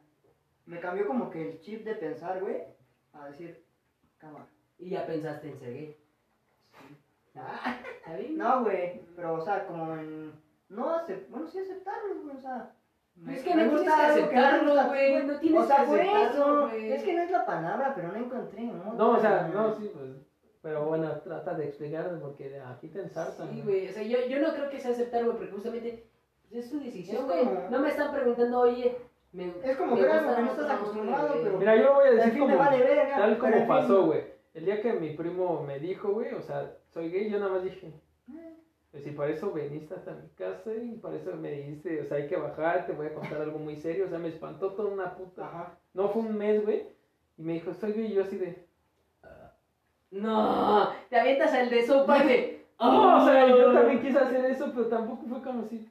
Speaker 2: me cambió como que el chip de pensar, güey, a decir, cámara.
Speaker 3: Y ya pensaste en ser gay.
Speaker 2: Ah,
Speaker 3: ¿Está bien?
Speaker 2: No, güey, pero, o sea, como en, no, acep- bueno, sí aceptarlo, güey, o sea.
Speaker 3: Es que no tienes que
Speaker 2: algo me
Speaker 3: aceptarlo,
Speaker 2: gusta,
Speaker 3: güey, no tienes
Speaker 2: o sea,
Speaker 3: que
Speaker 2: por
Speaker 3: aceptarlo,
Speaker 2: eso,
Speaker 3: güey.
Speaker 2: es que no es la palabra, pero no encontré, ¿no?
Speaker 1: No, o sea, no, sí, pues. Pero bueno, trata de explicarme porque aquí te ensartan.
Speaker 3: Sí,
Speaker 1: ¿no?
Speaker 3: güey. O sea, yo, yo no creo que sea aceptar, güey, porque justamente pues, es su
Speaker 2: Es
Speaker 3: decisión, güey.
Speaker 2: como-
Speaker 3: No me están preguntando, oye, me.
Speaker 2: Es como
Speaker 3: me
Speaker 2: que era algo
Speaker 3: gusta
Speaker 2: que no
Speaker 3: la
Speaker 2: estás
Speaker 3: otra
Speaker 2: acostumbrado,
Speaker 3: mujer,
Speaker 2: pero-
Speaker 3: güey.
Speaker 1: Mira, yo lo voy a
Speaker 2: Al
Speaker 1: decir
Speaker 2: fin me
Speaker 1: como,
Speaker 2: vale verga.
Speaker 1: tal
Speaker 2: pero al
Speaker 1: como
Speaker 2: fin-
Speaker 1: pasó, güey. El día que mi primo me dijo, güey, o sea, soy gay, yo nada más dije,
Speaker 2: eh,
Speaker 1: pues si para eso veniste hasta mi casa y para eso me dijiste, o sea, hay que bajar, te voy a contar algo muy serio, o sea, me espantó toda una puta.
Speaker 2: Ajá.
Speaker 1: No fue un mes, güey, y me dijo, soy gay, y yo así de,
Speaker 3: No, te avientas al de sopa, güey. Oh.
Speaker 1: no, Ah, o sea, yo también quise hacer eso, pero tampoco fue como si,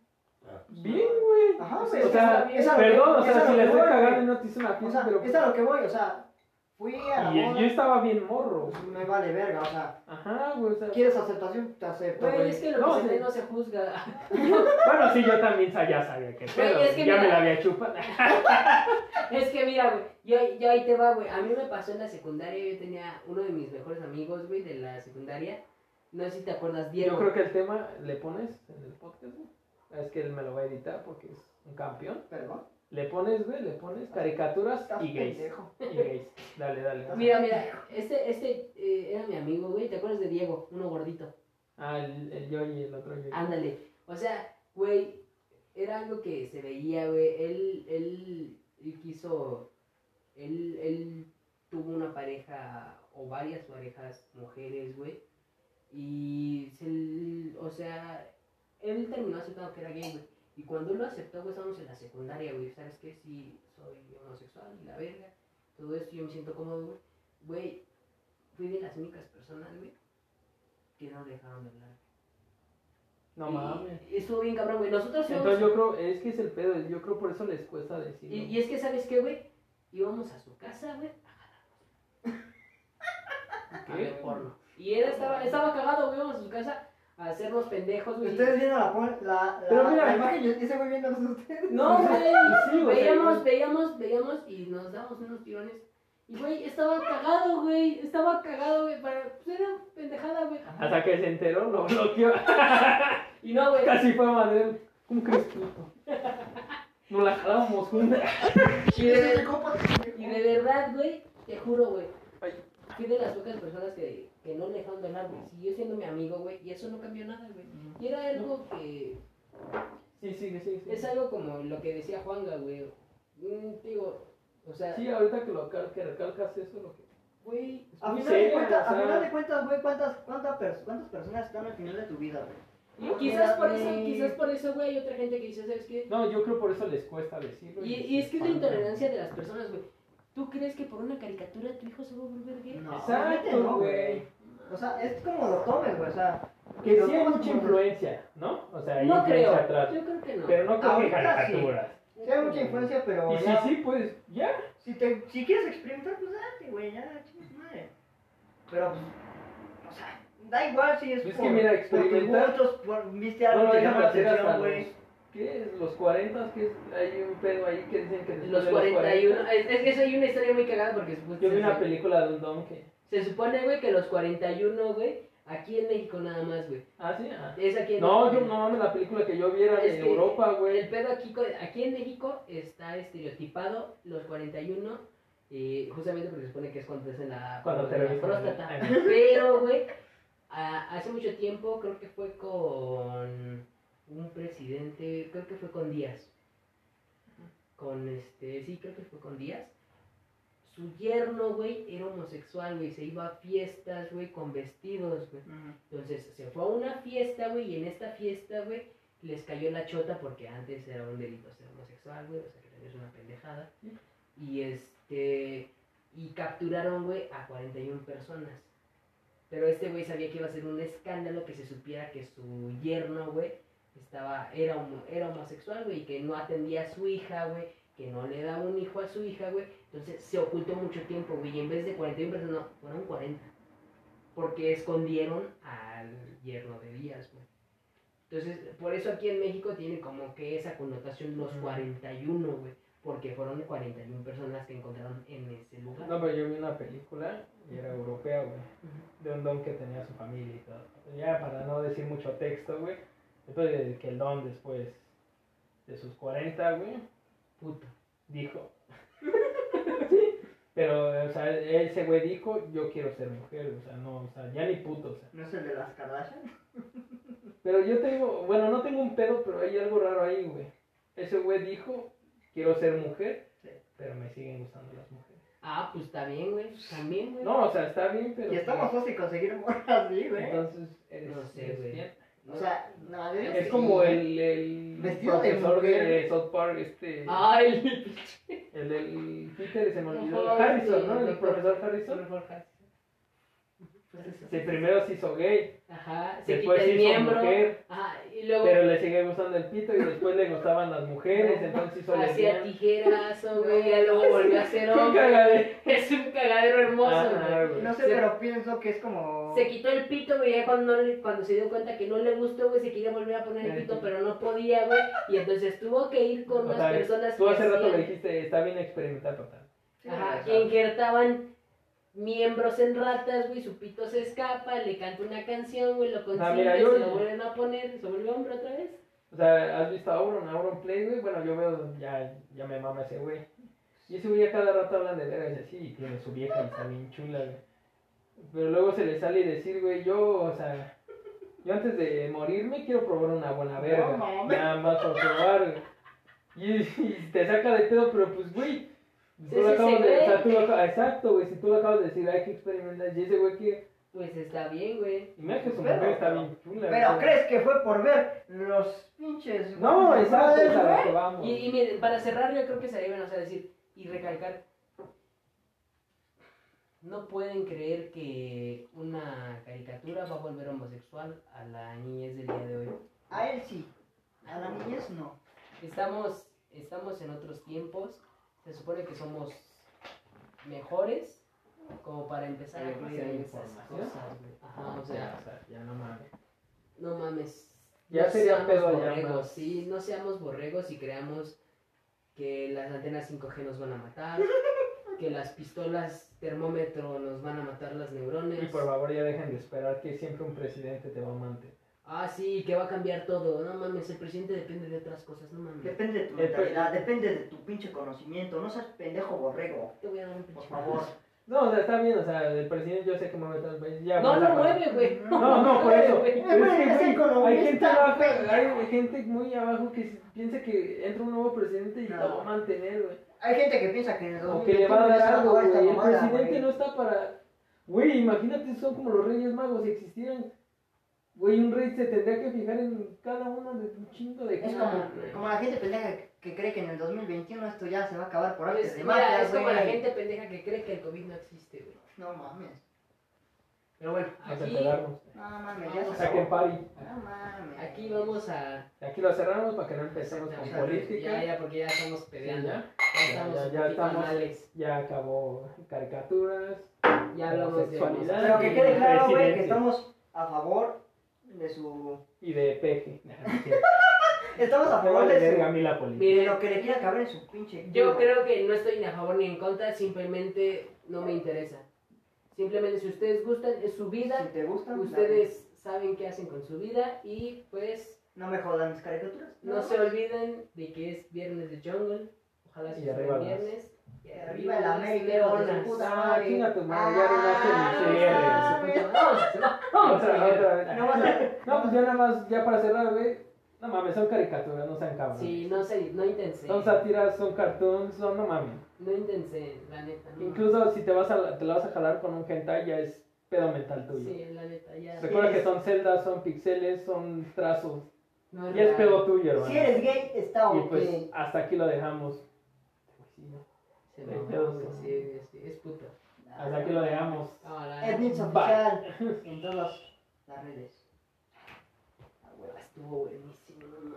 Speaker 1: bien, güey.
Speaker 2: Ajá,
Speaker 1: O
Speaker 2: güey,
Speaker 1: sea,
Speaker 2: es que está bien. Es a lo
Speaker 1: perdón,
Speaker 2: que-
Speaker 1: o
Speaker 2: es a
Speaker 1: sea, si
Speaker 2: lo
Speaker 1: la
Speaker 2: que
Speaker 1: estoy
Speaker 2: voy,
Speaker 1: cagando
Speaker 2: güey.
Speaker 1: y no te hice una
Speaker 2: O
Speaker 1: fiesta,
Speaker 2: sea,
Speaker 1: pero...
Speaker 2: es a lo que voy, o sea, fui a la
Speaker 1: Y yo
Speaker 2: boda,
Speaker 1: estaba bien morro.
Speaker 2: pues, me vale verga, o sea,
Speaker 1: Ajá, güey, o sea...
Speaker 2: quieres aceptación, te acepto,
Speaker 3: Güey,
Speaker 2: güey.
Speaker 3: es que lo
Speaker 1: No,
Speaker 3: que se
Speaker 1: sí.
Speaker 3: ve no se juzga.
Speaker 1: Bueno, sí, yo también sa- ya sabía que
Speaker 3: Güey,
Speaker 1: pedo,
Speaker 3: es que
Speaker 1: ya me
Speaker 3: mira-
Speaker 1: la había chupado.
Speaker 3: Es que mira, güey, yo, yo ahí te va, güey. A mí me pasó en la secundaria, yo tenía uno de mis mejores amigos, güey, de la secundaria. No sé si te acuerdas, Diego.
Speaker 1: Yo creo que el tema le pones en el podcast, güey. Es que él me lo va a editar porque es un campeón.
Speaker 2: Perdón,
Speaker 1: Le pones, güey, le pones caricaturas
Speaker 2: estás
Speaker 1: y gays.
Speaker 2: pendejo.
Speaker 1: Y gays. Dale, dale.
Speaker 3: Mira, mira, este, este eh, era mi amigo, güey. ¿Te acuerdas de Diego? Uno gordito.
Speaker 1: Ah, el, el yo y el otro yo.
Speaker 3: Ándale. O sea, güey, era algo que se veía, güey. Él, él, él quiso. Él, él tuvo una pareja o varias parejas mujeres, güey. Y se, o sea, él terminó aceptando que era gay, güey. Y cuando lo aceptó, güey, estábamos en la secundaria, güey. ¿Sabes qué? Sí, soy homosexual y la verga. Todo esto yo me siento cómodo, güey. Güey, fui de las únicas personas, güey, que no dejaron de hablar.
Speaker 1: No
Speaker 3: Y-
Speaker 1: mames.
Speaker 3: y Estuvo bien cabrón, güey. Nosotros íbamos-
Speaker 1: Entonces yo creo, es que es el pedo, yo creo por eso les cuesta
Speaker 3: Y,
Speaker 1: decirlo.
Speaker 3: y es que, ¿sabes qué, güey? Íbamos a su casa, güey,
Speaker 1: ¿Qué?
Speaker 3: a ver porno. Y él estaba, estaba cagado, güey, íbamos a su casa a hacernos pendejos, güey.
Speaker 2: Ustedes viendo la, pol- la, la,
Speaker 1: Pero mira.
Speaker 2: la imagen, yo ese güey viéndolos a ustedes.
Speaker 3: No, güey.
Speaker 1: Sí, güey.
Speaker 3: veíamos, veíamos, veíamos y nos damos unos tirones. Y, güey, estaba cagado, güey. Estaba cagado, güey. Para... Pues era pendejada, güey.
Speaker 1: Hasta que se enteró, lo bloqueó.
Speaker 3: Y no, güey.
Speaker 1: Casi fue a Madrid. Un cristito. Nos la jalábamos juntas.
Speaker 3: Y de,
Speaker 2: compa.
Speaker 3: y de verdad, güey, te juro, güey.
Speaker 1: Ay.
Speaker 3: Fui de las pocas personas que, que no le dejaron de hablar, güey. Siguió siendo mi amigo, güey. Y eso no cambió nada, güey. Y era algo que...
Speaker 1: Sí, sigue, sigue. sigue.
Speaker 3: Es algo como lo que decía Juanga, güey. Mm, digo, o sea,
Speaker 1: Sí, ahorita que lo cal- que recalcas eso, lo que.
Speaker 3: güey...
Speaker 1: es
Speaker 2: A
Speaker 1: muy
Speaker 2: final, de
Speaker 1: seria,
Speaker 2: cuentas,
Speaker 1: o
Speaker 2: a
Speaker 1: sea,
Speaker 2: final de cuentas, güey, ¿cuántas, cuántas, pers- ¿cuántas personas están al final de tu vida, güey?
Speaker 3: Y quizás por eso,
Speaker 2: Güey.
Speaker 3: quizás por eso, güey, hay otra gente que dice, ¿sabes qué?
Speaker 1: No, yo creo por eso les cuesta decirlo.
Speaker 3: Y, y es que es la intolerancia de las personas, güey. ¿Tú crees que por una caricatura tu hijo se va a volver gay?
Speaker 2: No. obviamente
Speaker 1: Exacto,
Speaker 2: no,
Speaker 1: güey.
Speaker 2: güey. O sea, es como lo tomes, güey, o sea.
Speaker 1: Que
Speaker 2: lo
Speaker 1: sí hay
Speaker 2: tomas
Speaker 1: mucha
Speaker 2: como-
Speaker 1: influencia, ¿no? O sea, hay
Speaker 3: No
Speaker 1: influencia
Speaker 3: creo.
Speaker 1: atrás.
Speaker 3: Yo creo que no.
Speaker 1: Pero no creo que
Speaker 2: Ahorita
Speaker 1: caricaturas.
Speaker 2: Sí hay mucha influencia, pero
Speaker 1: Y si
Speaker 2: ya,
Speaker 1: sí, pues ya.
Speaker 2: si, te, si quieres experimentar, pues date, güey, ya, chingas madre. Pero, pues, o sea, da igual si es,
Speaker 1: Es que mira, experimentar-
Speaker 2: por tus gustos, por, viste
Speaker 1: No
Speaker 2: algo
Speaker 1: lo
Speaker 2: que llama
Speaker 1: dejan
Speaker 2: la
Speaker 1: hacer hasta
Speaker 2: atención,
Speaker 1: los.
Speaker 2: güey.
Speaker 1: ¿Qué es? ¿Los 40? que es? Hay un pedo ahí que dicen que después
Speaker 3: Los
Speaker 1: de los
Speaker 3: 41. Es, es que eso hay una historia muy cagada porque pues, supu-
Speaker 1: Yo vi una
Speaker 3: se,
Speaker 1: película de un don que.
Speaker 3: se supone, güey, que los 41, güey, aquí en México nada más, güey.
Speaker 1: Ah, sí, ah.
Speaker 3: Es aquí en
Speaker 1: No, yo no mames, la película que yo vi era
Speaker 3: Es
Speaker 1: de
Speaker 3: que-
Speaker 1: Europa,
Speaker 3: El
Speaker 1: güey.
Speaker 3: pedo aquí, co- aquí en México está estereotipado los 41, eh, justamente porque se supone que es cuando te hacen la,
Speaker 1: Cuando te
Speaker 3: la
Speaker 1: revisan.
Speaker 3: próstata.
Speaker 1: Ajá.
Speaker 3: Pero, güey, a- hace mucho tiempo creo que fue con un presidente, creo que fue con Díaz. Con este, sí, creo que fue con Díaz. Su yerno, güey, era homosexual, güey. Se iba a fiestas, güey, con vestidos, güey.
Speaker 2: Mm,
Speaker 3: Entonces se fue a una fiesta, güey, y en esta fiesta, güey, les cayó la chota porque antes era un delito ser homosexual, güey, o sea que también es una pendejada. Y este, y capturaron, güey, a 41 personas. Pero este güey sabía que iba a ser un escándalo que se supiera que su yerno, güey, estaba, era, homo- era homosexual, güey, y que no atendía a su hija, güey, que no le daba un hijo a su hija, güey. Entonces se ocultó mucho tiempo, güey, y en vez de 41 personas, no, fueron 40 porque escondieron al yerno de Díaz, güey. Entonces, por eso aquí en México tiene como que esa connotación los
Speaker 1: Ujú.
Speaker 3: 41, güey, porque fueron 41 personas que encontraron en ese lugar.
Speaker 1: No, pero yo vi una película y era europea, güey. De un don que tenía su familia y todo. Ya para no decir mucho texto, güey. Entonces, que el don después de sus 40, güey,
Speaker 3: Puta.
Speaker 1: dijo. Sí, Pero, o sea, ese güey dijo, yo quiero ser mujer, o sea, no, o sea, ya ni puto, o sea.
Speaker 2: ¿No es el de las Kardashian?
Speaker 1: Pero yo tengo, bueno, no tengo un pedo, pero hay algo raro ahí, güey. Ese güey dijo, quiero ser mujer,
Speaker 2: Sí.
Speaker 1: pero me siguen gustando las mujeres.
Speaker 3: Ah, pues está bien, güey. También, güey.
Speaker 1: No, o sea, está bien, pero...
Speaker 2: Y estamos fácil conseguir morras así, güey.
Speaker 1: Entonces, eres,
Speaker 3: No sé,
Speaker 1: eres
Speaker 3: güey.
Speaker 1: bien.
Speaker 2: O sea, no, yo digo
Speaker 1: Es
Speaker 2: que
Speaker 1: como
Speaker 2: sí.
Speaker 1: el, el
Speaker 2: Vestido de
Speaker 1: profesor de,
Speaker 2: mujer.
Speaker 1: South Park, este...
Speaker 3: Ah. Ay,
Speaker 1: El del Peter, se me olvidó.
Speaker 3: Ajá,
Speaker 1: Harrison,
Speaker 3: sí,
Speaker 1: ¿no? El
Speaker 3: sí.
Speaker 1: profesor
Speaker 3: Por
Speaker 1: Harrison.
Speaker 3: favor, Hans. Pues eso.
Speaker 1: Sí, primero se hizo gay,
Speaker 3: Ajá, se
Speaker 1: después
Speaker 3: quita
Speaker 1: se
Speaker 3: el
Speaker 1: hizo
Speaker 3: miembro.
Speaker 1: mujer,
Speaker 3: Ajá, y luego
Speaker 1: pero le sigue gustando el pito y después le gustaban las mujeres, entonces hizo
Speaker 3: hacía
Speaker 1: lesbiana.
Speaker 3: tijerazo, güey. Ya luego volvió a ser
Speaker 1: Qué
Speaker 3: hombre.
Speaker 1: cagadero.
Speaker 3: Es un cagadero hermoso, güey.
Speaker 1: Ah, güey.
Speaker 2: No sé,
Speaker 3: Se-
Speaker 2: pero pienso que es como...
Speaker 3: Se quitó el pito, güey, ya cuando, no le- cuando se dio cuenta que no le gustó, güey, se quería volver a poner el pito, pero no podía, güey, y entonces tuvo que ir con
Speaker 1: O
Speaker 3: unas
Speaker 1: sea,
Speaker 3: personas
Speaker 1: Tú
Speaker 3: que
Speaker 1: hace rato
Speaker 3: hacían-
Speaker 1: le dijiste, está bien experimentar, papá.
Speaker 2: Sí,
Speaker 3: Ajá,
Speaker 2: o
Speaker 3: que
Speaker 2: sea,
Speaker 3: injertaban miembros en ratas, güey, su pito se escapa, le canta una canción, güey, lo consigue,
Speaker 1: Ah, mira,
Speaker 3: se
Speaker 1: yo-
Speaker 3: lo vuelven a poner, se vuelve hombre otra vez.
Speaker 1: O sea, ¿has visto a Auron? Auron Play, güey. Bueno, yo veo, ya, ya me mama ese güey. Y ese güey a cada rato hablan de verga y así, y tiene su vieja y está bien chula, güey. Pero luego se le sale y decir, güey, yo, o sea, yo antes de morirme quiero probar una buena verga.
Speaker 2: mames.
Speaker 1: Nada más para probar, güey. Y, y te saca de pedo, pero pues, güey. Tú
Speaker 3: Sí,
Speaker 1: lo
Speaker 3: sí,
Speaker 1: acabas
Speaker 3: se
Speaker 1: de, o sea,
Speaker 3: ve.
Speaker 1: tú lo acabas- exacto, güey. Si tú lo acabas de decir, hay que experimentar. Y ese güey que.
Speaker 3: Pues está bien, güey.
Speaker 1: Y mira que su
Speaker 3: Pues,
Speaker 2: Pero-
Speaker 1: mujer está bien chula,
Speaker 2: Pero
Speaker 1: güey.
Speaker 2: crees que fue por ver los pinches...
Speaker 1: No, exacto, es a lo que
Speaker 2: güey?
Speaker 1: vamos.
Speaker 3: Y, y miren, para cerrar, yo creo que sería bueno, o sea, decir y recalcar. No pueden creer que una caricatura caricatura va a volver homosexual a la niñez del día de hoy.
Speaker 2: A él sí, a la niñez no.
Speaker 3: Estamos, estamos en otros tiempos. Se supone que somos mejores como para empezar a
Speaker 1: Pero no
Speaker 3: creer
Speaker 1: sé,
Speaker 3: en esas
Speaker 1: información.
Speaker 3: cosas, güey. Ajá,
Speaker 1: Ah,
Speaker 3: o sea,
Speaker 1: o sea, ya no mames.
Speaker 3: no mames.
Speaker 1: Ya
Speaker 3: no
Speaker 1: sería
Speaker 3: seamos
Speaker 1: pedo ya
Speaker 3: borregos,
Speaker 1: más.
Speaker 3: sí, no seamos borregos y creamos que las antenas 5G nos van a matar, que las pistolas termómetro nos van a matar las neuronas.
Speaker 1: Y por favor ya dejen de esperar que siempre un presidente te va a mantener.
Speaker 3: Ah, sí, que va a cambiar todo. No mames, el presidente depende de otras cosas, no mames.
Speaker 2: Depende de tu
Speaker 1: Eh, pero-
Speaker 2: mentalidad, depende de tu pinche conocimiento. No seas pendejo borrego,
Speaker 3: Te voy a dar un
Speaker 2: por
Speaker 3: pinche.
Speaker 2: favor.
Speaker 1: No, o sea, está bien, o sea, el presidente yo sé que me va a meter al país. Ya,
Speaker 3: No
Speaker 1: vamos a
Speaker 3: lo
Speaker 1: parar.
Speaker 3: mueve, güey.
Speaker 1: No, no, por eso.
Speaker 3: Güey.
Speaker 1: Pero es que,
Speaker 2: Es
Speaker 1: güey,
Speaker 2: economista,
Speaker 1: hay, gente abajo-
Speaker 2: pendejo.
Speaker 1: hay gente muy abajo que s- piensa que entra un nuevo presidente y
Speaker 2: No.
Speaker 1: lo va a mantener, güey.
Speaker 2: Hay gente que piensa que en el
Speaker 1: O que le
Speaker 2: 2021
Speaker 1: va a dar
Speaker 2: ya se
Speaker 1: algo,
Speaker 2: acabar
Speaker 1: güey.
Speaker 2: esta
Speaker 1: El
Speaker 2: mamada,
Speaker 1: presidente
Speaker 2: güey.
Speaker 1: no está para. Güey, imagínate, son como los Reyes Magos. Si existieran, güey, un rey se tendría que fijar en cada uno de un chingo de
Speaker 2: Es
Speaker 1: cosas,
Speaker 2: como,
Speaker 3: Ah.
Speaker 1: güey.
Speaker 2: como la gente pendeja que- que cree que en el 2021 esto ya se va a acabar por antes
Speaker 3: Pues,
Speaker 2: de
Speaker 3: mira,
Speaker 2: magia,
Speaker 3: es como la
Speaker 2: güey.
Speaker 3: gente pendeja que cree que el COVID no existe, güey.
Speaker 2: No mames.
Speaker 3: Pero bueno,
Speaker 1: Nos
Speaker 3: aquí,
Speaker 1: enteramos.
Speaker 2: No mames, ya se
Speaker 3: Vamos a
Speaker 1: Saquen
Speaker 2: acabó.
Speaker 1: pari.
Speaker 2: No mames.
Speaker 3: aquí vamos a...
Speaker 1: Aquí lo cerramos para que no empecemos con política.
Speaker 3: Ya, ya, porque ya estamos peleando.
Speaker 1: ya.
Speaker 3: Ya
Speaker 1: Ya,
Speaker 3: estamos
Speaker 1: ya,
Speaker 3: un
Speaker 1: ya
Speaker 3: poquito
Speaker 1: estamos.
Speaker 3: anales.
Speaker 1: Ya acabó caricaturas.
Speaker 3: Ya hablamos de
Speaker 1: Homosexualidad.
Speaker 2: Pero que quede claro, güey,
Speaker 1: Presidente.
Speaker 2: que estamos a favor de su...
Speaker 1: y de peje.
Speaker 2: Estamos a
Speaker 1: Me
Speaker 2: favor
Speaker 1: vale
Speaker 2: de
Speaker 1: verga a
Speaker 2: su...
Speaker 1: mí la política.
Speaker 2: De
Speaker 3: Miren,
Speaker 2: lo que le quiera caber en su pinche...
Speaker 3: yo
Speaker 2: culo.
Speaker 3: creo que no estoy ni a favor ni en contra, simplemente no me interesa. Simplemente si ustedes gustan, es su
Speaker 2: Si
Speaker 3: vida,
Speaker 2: te gustan,
Speaker 3: ustedes saben qué hacen con su vida y pues
Speaker 2: dale. No me jodan mis caricaturas.
Speaker 3: no se olviden de que es viernes de jungle. Ojalá
Speaker 1: Y
Speaker 3: se
Speaker 1: arriba
Speaker 3: arriba
Speaker 1: las-
Speaker 3: viernes. Y
Speaker 2: Arriba la América, hijos de su puta
Speaker 1: Ah,
Speaker 2: madre.
Speaker 1: chinga tu madre, ya
Speaker 2: Ah,
Speaker 1: arruinaste mi cierre.
Speaker 3: Vamos
Speaker 1: Otra, otra vez.
Speaker 2: No vas a-
Speaker 1: No, pues ya nada más, ya para cerrar, güey. No mames, son caricaturas, no sean cabrones.
Speaker 3: Sí, no sé, no intensen.
Speaker 1: Son sátiras, son cartoons, son no mames.
Speaker 3: No intensen, la neta. No.
Speaker 1: Incluso si te vas a, te la vas a jalar con un hentai ya es pedo mental tuyo.
Speaker 3: Sí, la neta, ya.
Speaker 2: Sí.
Speaker 1: Recuerda que son celdas, son pixeles, son trazos.
Speaker 3: No
Speaker 1: Ya es
Speaker 3: real.
Speaker 1: pedo tuyo, hermano.
Speaker 2: Si eres gay, está
Speaker 1: y
Speaker 2: ok.
Speaker 1: pues hasta aquí lo dejamos.
Speaker 3: Se
Speaker 1: Hay
Speaker 3: mamó,
Speaker 1: pedos,
Speaker 3: güey,
Speaker 1: ¿no?
Speaker 3: sí, sí, es puto.
Speaker 1: Hasta aquí lo dejamos.
Speaker 2: Ah,
Speaker 3: No, la
Speaker 2: Es Nitz
Speaker 1: Bye.
Speaker 2: Oficial en todas las redes. Ah,
Speaker 3: estuvo buenísimo, no